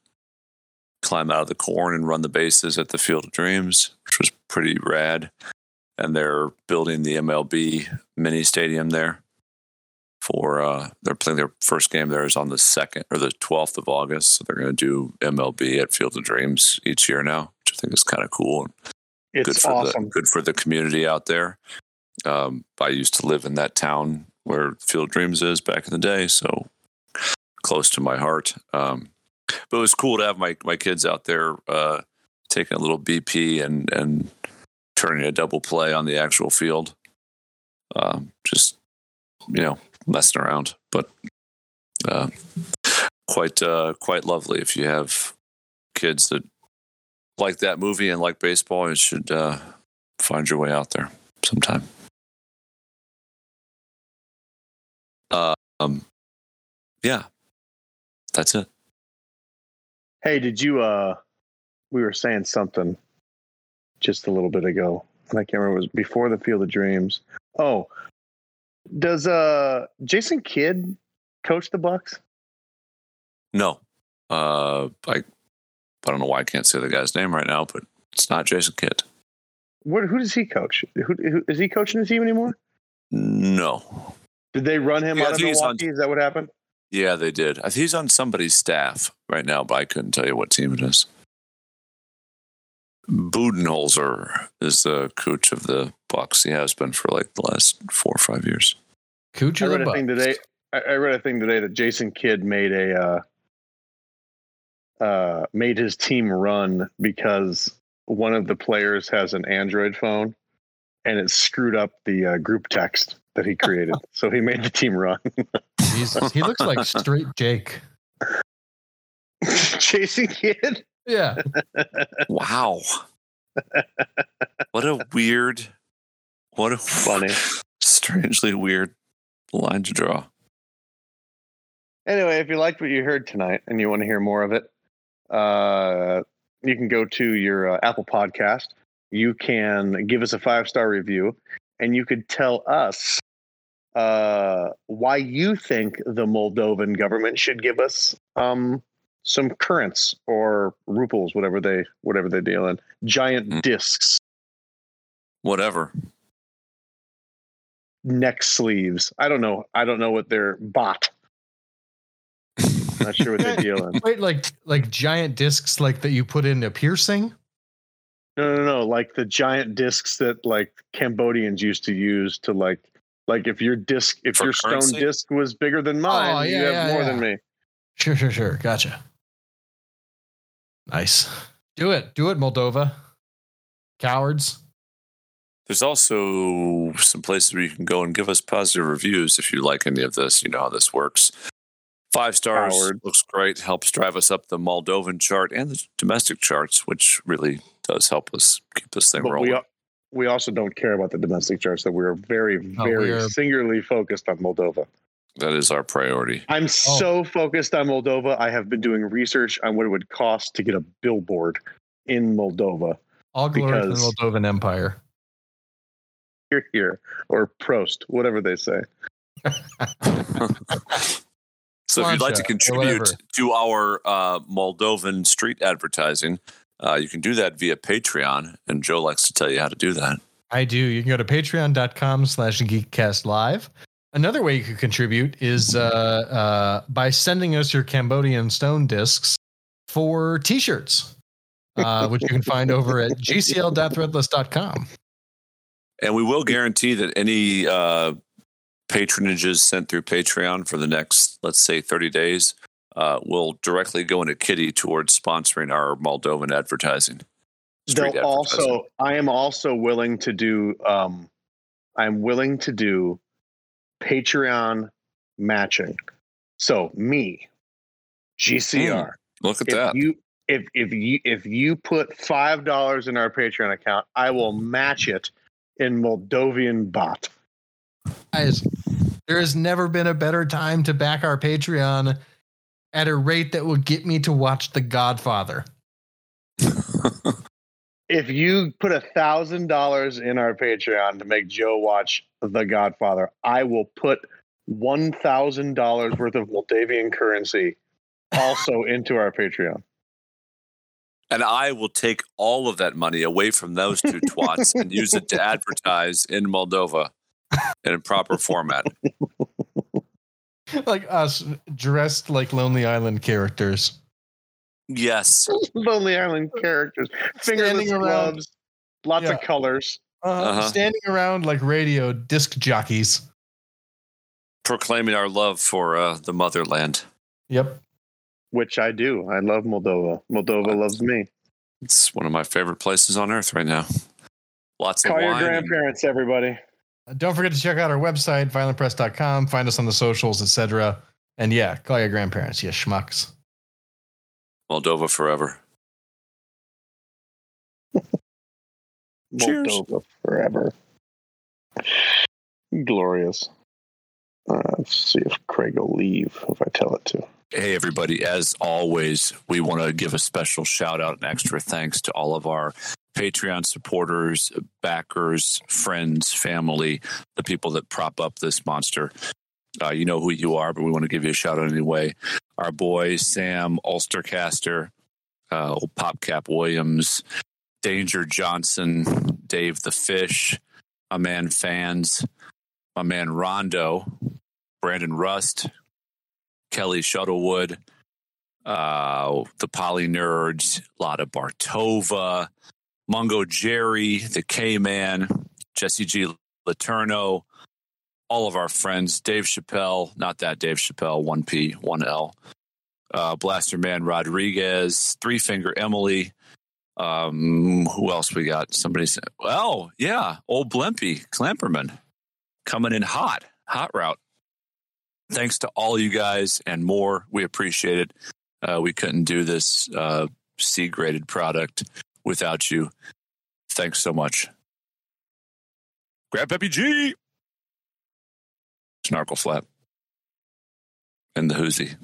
S4: climb out of the corn and run the bases at the Field of Dreams, which was pretty rad and they're building the MLB mini stadium there for uh they're playing their first game there is on the 2nd or the 12th of August so they're going to do MLB at Field of Dreams each year now which I think is kind of cool and good
S3: It's
S4: for
S3: awesome.
S4: the good for the community out there um I used to live in that town where Field of Dreams is back in the day so close to my heart um but it was cool to have my my kids out there uh taking a little BP and and turning a double play on the actual field. Um, just you know, messing around, but uh, quite uh, quite lovely. If you have kids that like that movie and like baseball, you should uh, find your way out there sometime. Uh, um, yeah, that's it.
S3: Hey, did you uh we were saying something just a little bit ago. And I can't remember it was before the Field of Dreams. Oh. Does uh Jason Kidd coach the Bucks?
S4: No. Uh, I, I don't know why I can't say the guy's name right now, but it's not Jason Kidd.
S3: What who does he coach? Who, who is he coaching the team anymore?
S4: No.
S3: Did they run him
S4: Yeah, I
S3: out of
S4: think he's on-
S3: Milwaukee? Is that what happened?
S4: Yeah, they did. I think he's on somebody's staff right now, but I couldn't tell you what team it is. Budenholzer is the coach of the Bucks. He has been for like the last four or five years.
S5: Cooch
S3: I
S5: or
S3: read
S5: the
S3: a thing
S5: Bucks?
S3: today. I, I read a thing today that Jason Kidd made a uh, uh, made his team run because one of the players has an Android phone, and it screwed up the uh, group text that he created. so he made the team run,
S5: Jesus, he looks like straight Jake.
S3: chasing kid.
S5: Yeah,
S4: Wow. what a weird, what a
S3: Funny.
S4: strangely weird line to draw.
S3: Anyway, if you liked what you heard tonight and you want to hear more of it, uh, you can go to your uh, Apple Podcast. You can give us a five star review, and you could tell us uh, why you think the Moldovan government should give us um, some currents or ruples, whatever they whatever they deal in,
S4: Mm.
S3: giant discs,
S4: Whatever.
S3: neck sleeves. I don't know. I don't know what they're bought. Not sure what they deal in.
S5: wait, like like giant discs like that you put in a piercing.
S3: No, no, no. Like the giant discs that like Cambodians used to use to like, like if your disc, if
S4: For
S3: your
S4: currency?
S3: stone disc was bigger than mine,
S5: Oh,
S3: you
S5: yeah,
S3: have
S5: yeah,
S3: more
S5: yeah.
S3: than me.
S5: Sure, sure, sure. Gotcha. Nice. Do it, do it, Moldova. Cowards.
S4: There's also some places where you can go and give us positive reviews if you like any of this. You know how this works. Five stars
S3: Howard.
S4: looks great, helps drive us up the Moldovan chart and the domestic charts, which really does help us keep this thing
S3: But
S4: rolling.
S3: we al- we also don't care about the domestic charts. That we're very,
S5: No,
S3: very
S5: we are-
S3: singularly focused on Moldova.
S4: that is our priority.
S5: Oh.
S3: I'm so focused on Moldova. I have been doing research on what it would cost to get a billboard in Moldova.
S5: All glory to
S3: Because-
S5: the Moldovan Empire.
S3: Here, here, or Prost, whatever they say.
S4: So if you'd like to
S5: Slancha, or
S4: contribute
S5: whatever.
S4: to our uh, Moldovan street advertising, uh, you can do that via Patreon, and Joe likes to tell you how to do that.
S5: I do. You can go to patreon.com slash geekcast live. Another way you could contribute is uh, uh, by sending us your Cambodian stone discs for t shirts, uh, which you can find over at gcl.threadless.com.
S4: And we will guarantee that any uh, patronages sent through Patreon for the next, let's say, 30 days uh, will directly go into kitty towards sponsoring our Moldovan advertising. Street
S3: They'll
S4: advertising.
S3: also I am also willing to do um I'm willing to do Patreon matching. So me, GCR.
S4: look at
S3: If
S4: Mm, that.
S3: you if if you if you put five dollars in our Patreon account, I
S4: Mm.
S3: will match it in Moldovan bot.
S5: Guys, there has never been a better time to back our Patreon at a rate that will get me to watch The Godfather.
S3: If you put a thousand dollars in our Patreon to make Joe watch The Godfather, I will put one thousand dollars worth of Moldavian currency also into our Patreon.
S4: and I will take all of that money away from those two twats and use it to advertise in Moldova in a proper format.
S5: like us dressed like Lonely Island characters.
S4: Yes.
S3: Lonely Island characters, fingerless
S5: Standing around.
S3: gloves, lots of
S5: Yeah.
S3: colors.
S4: Uh-huh.
S5: Standing around like radio disc jockeys.
S4: Proclaiming our love for uh, the motherland.
S5: Yep.
S3: Which I do. I love Moldova. Moldova
S4: What?
S3: loves me.
S4: It's one of my favorite places on earth right now. Lots of
S3: Call your
S4: wine. and-
S3: grandparents, everybody.
S5: Don't forget to check out our website, violentpress.com. Find us on the socials, etc. And yeah, call your grandparents. Yeah, schmucks.
S4: Moldova forever. Cheers.
S3: Moldova forever. Glorious. Uh, let's see if Craig will leave if I tell it to.
S4: Hey, everybody. As always, we want to give a special shout out and extra thanks to all of our Patreon supporters, backers, friends, family, the people that prop up this monster. Uh, you know who you are, but we want to give you a shout out anyway. Our boy, Sam Ulstercaster, uh, old Popcap Williams, Danger Johnson, Dave the Fish, my man Fans, my man Rondo, Brandon Rust, Kelly Shuttlewood, uh, the Poly Nerds, Lotta Bartova, Mungo Jerry, the K Man, Jesse G. Laterno, all of our friends, Dave Chappelle, not that Dave Chappelle, 1P, 1L, uh, Blaster Man Rodriguez, Three Finger Emily, Um, who else we got? Somebody said, "Oh yeah, old Blimpy Clamperman coming in hot, hot route." Thanks to all you guys and more, we appreciate it. Uh, we couldn't do this uh, C graded product without you. Thanks so much. Grab Peppy G. Snarkle flap. And the hoozy.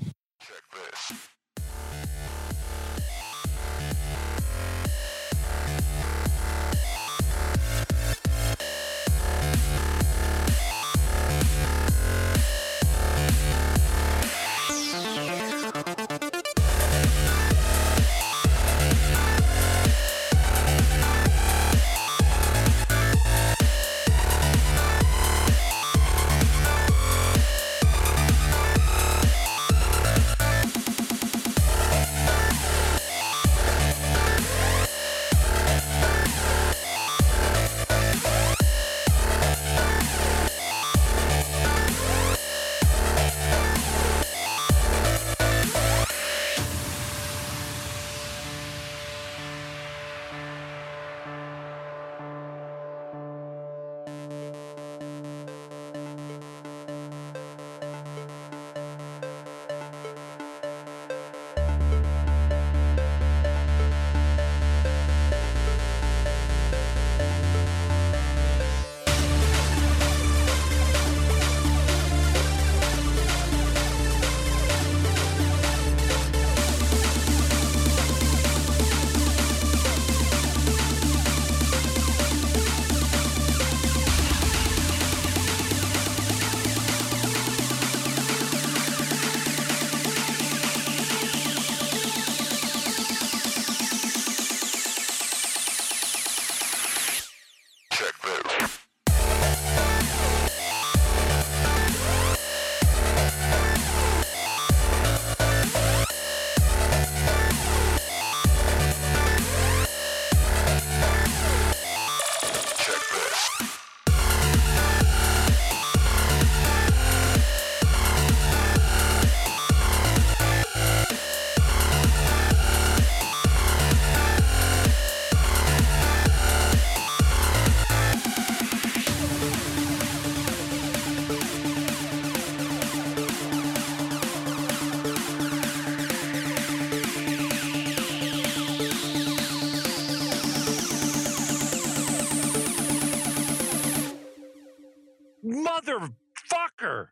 S7: Motherfucker!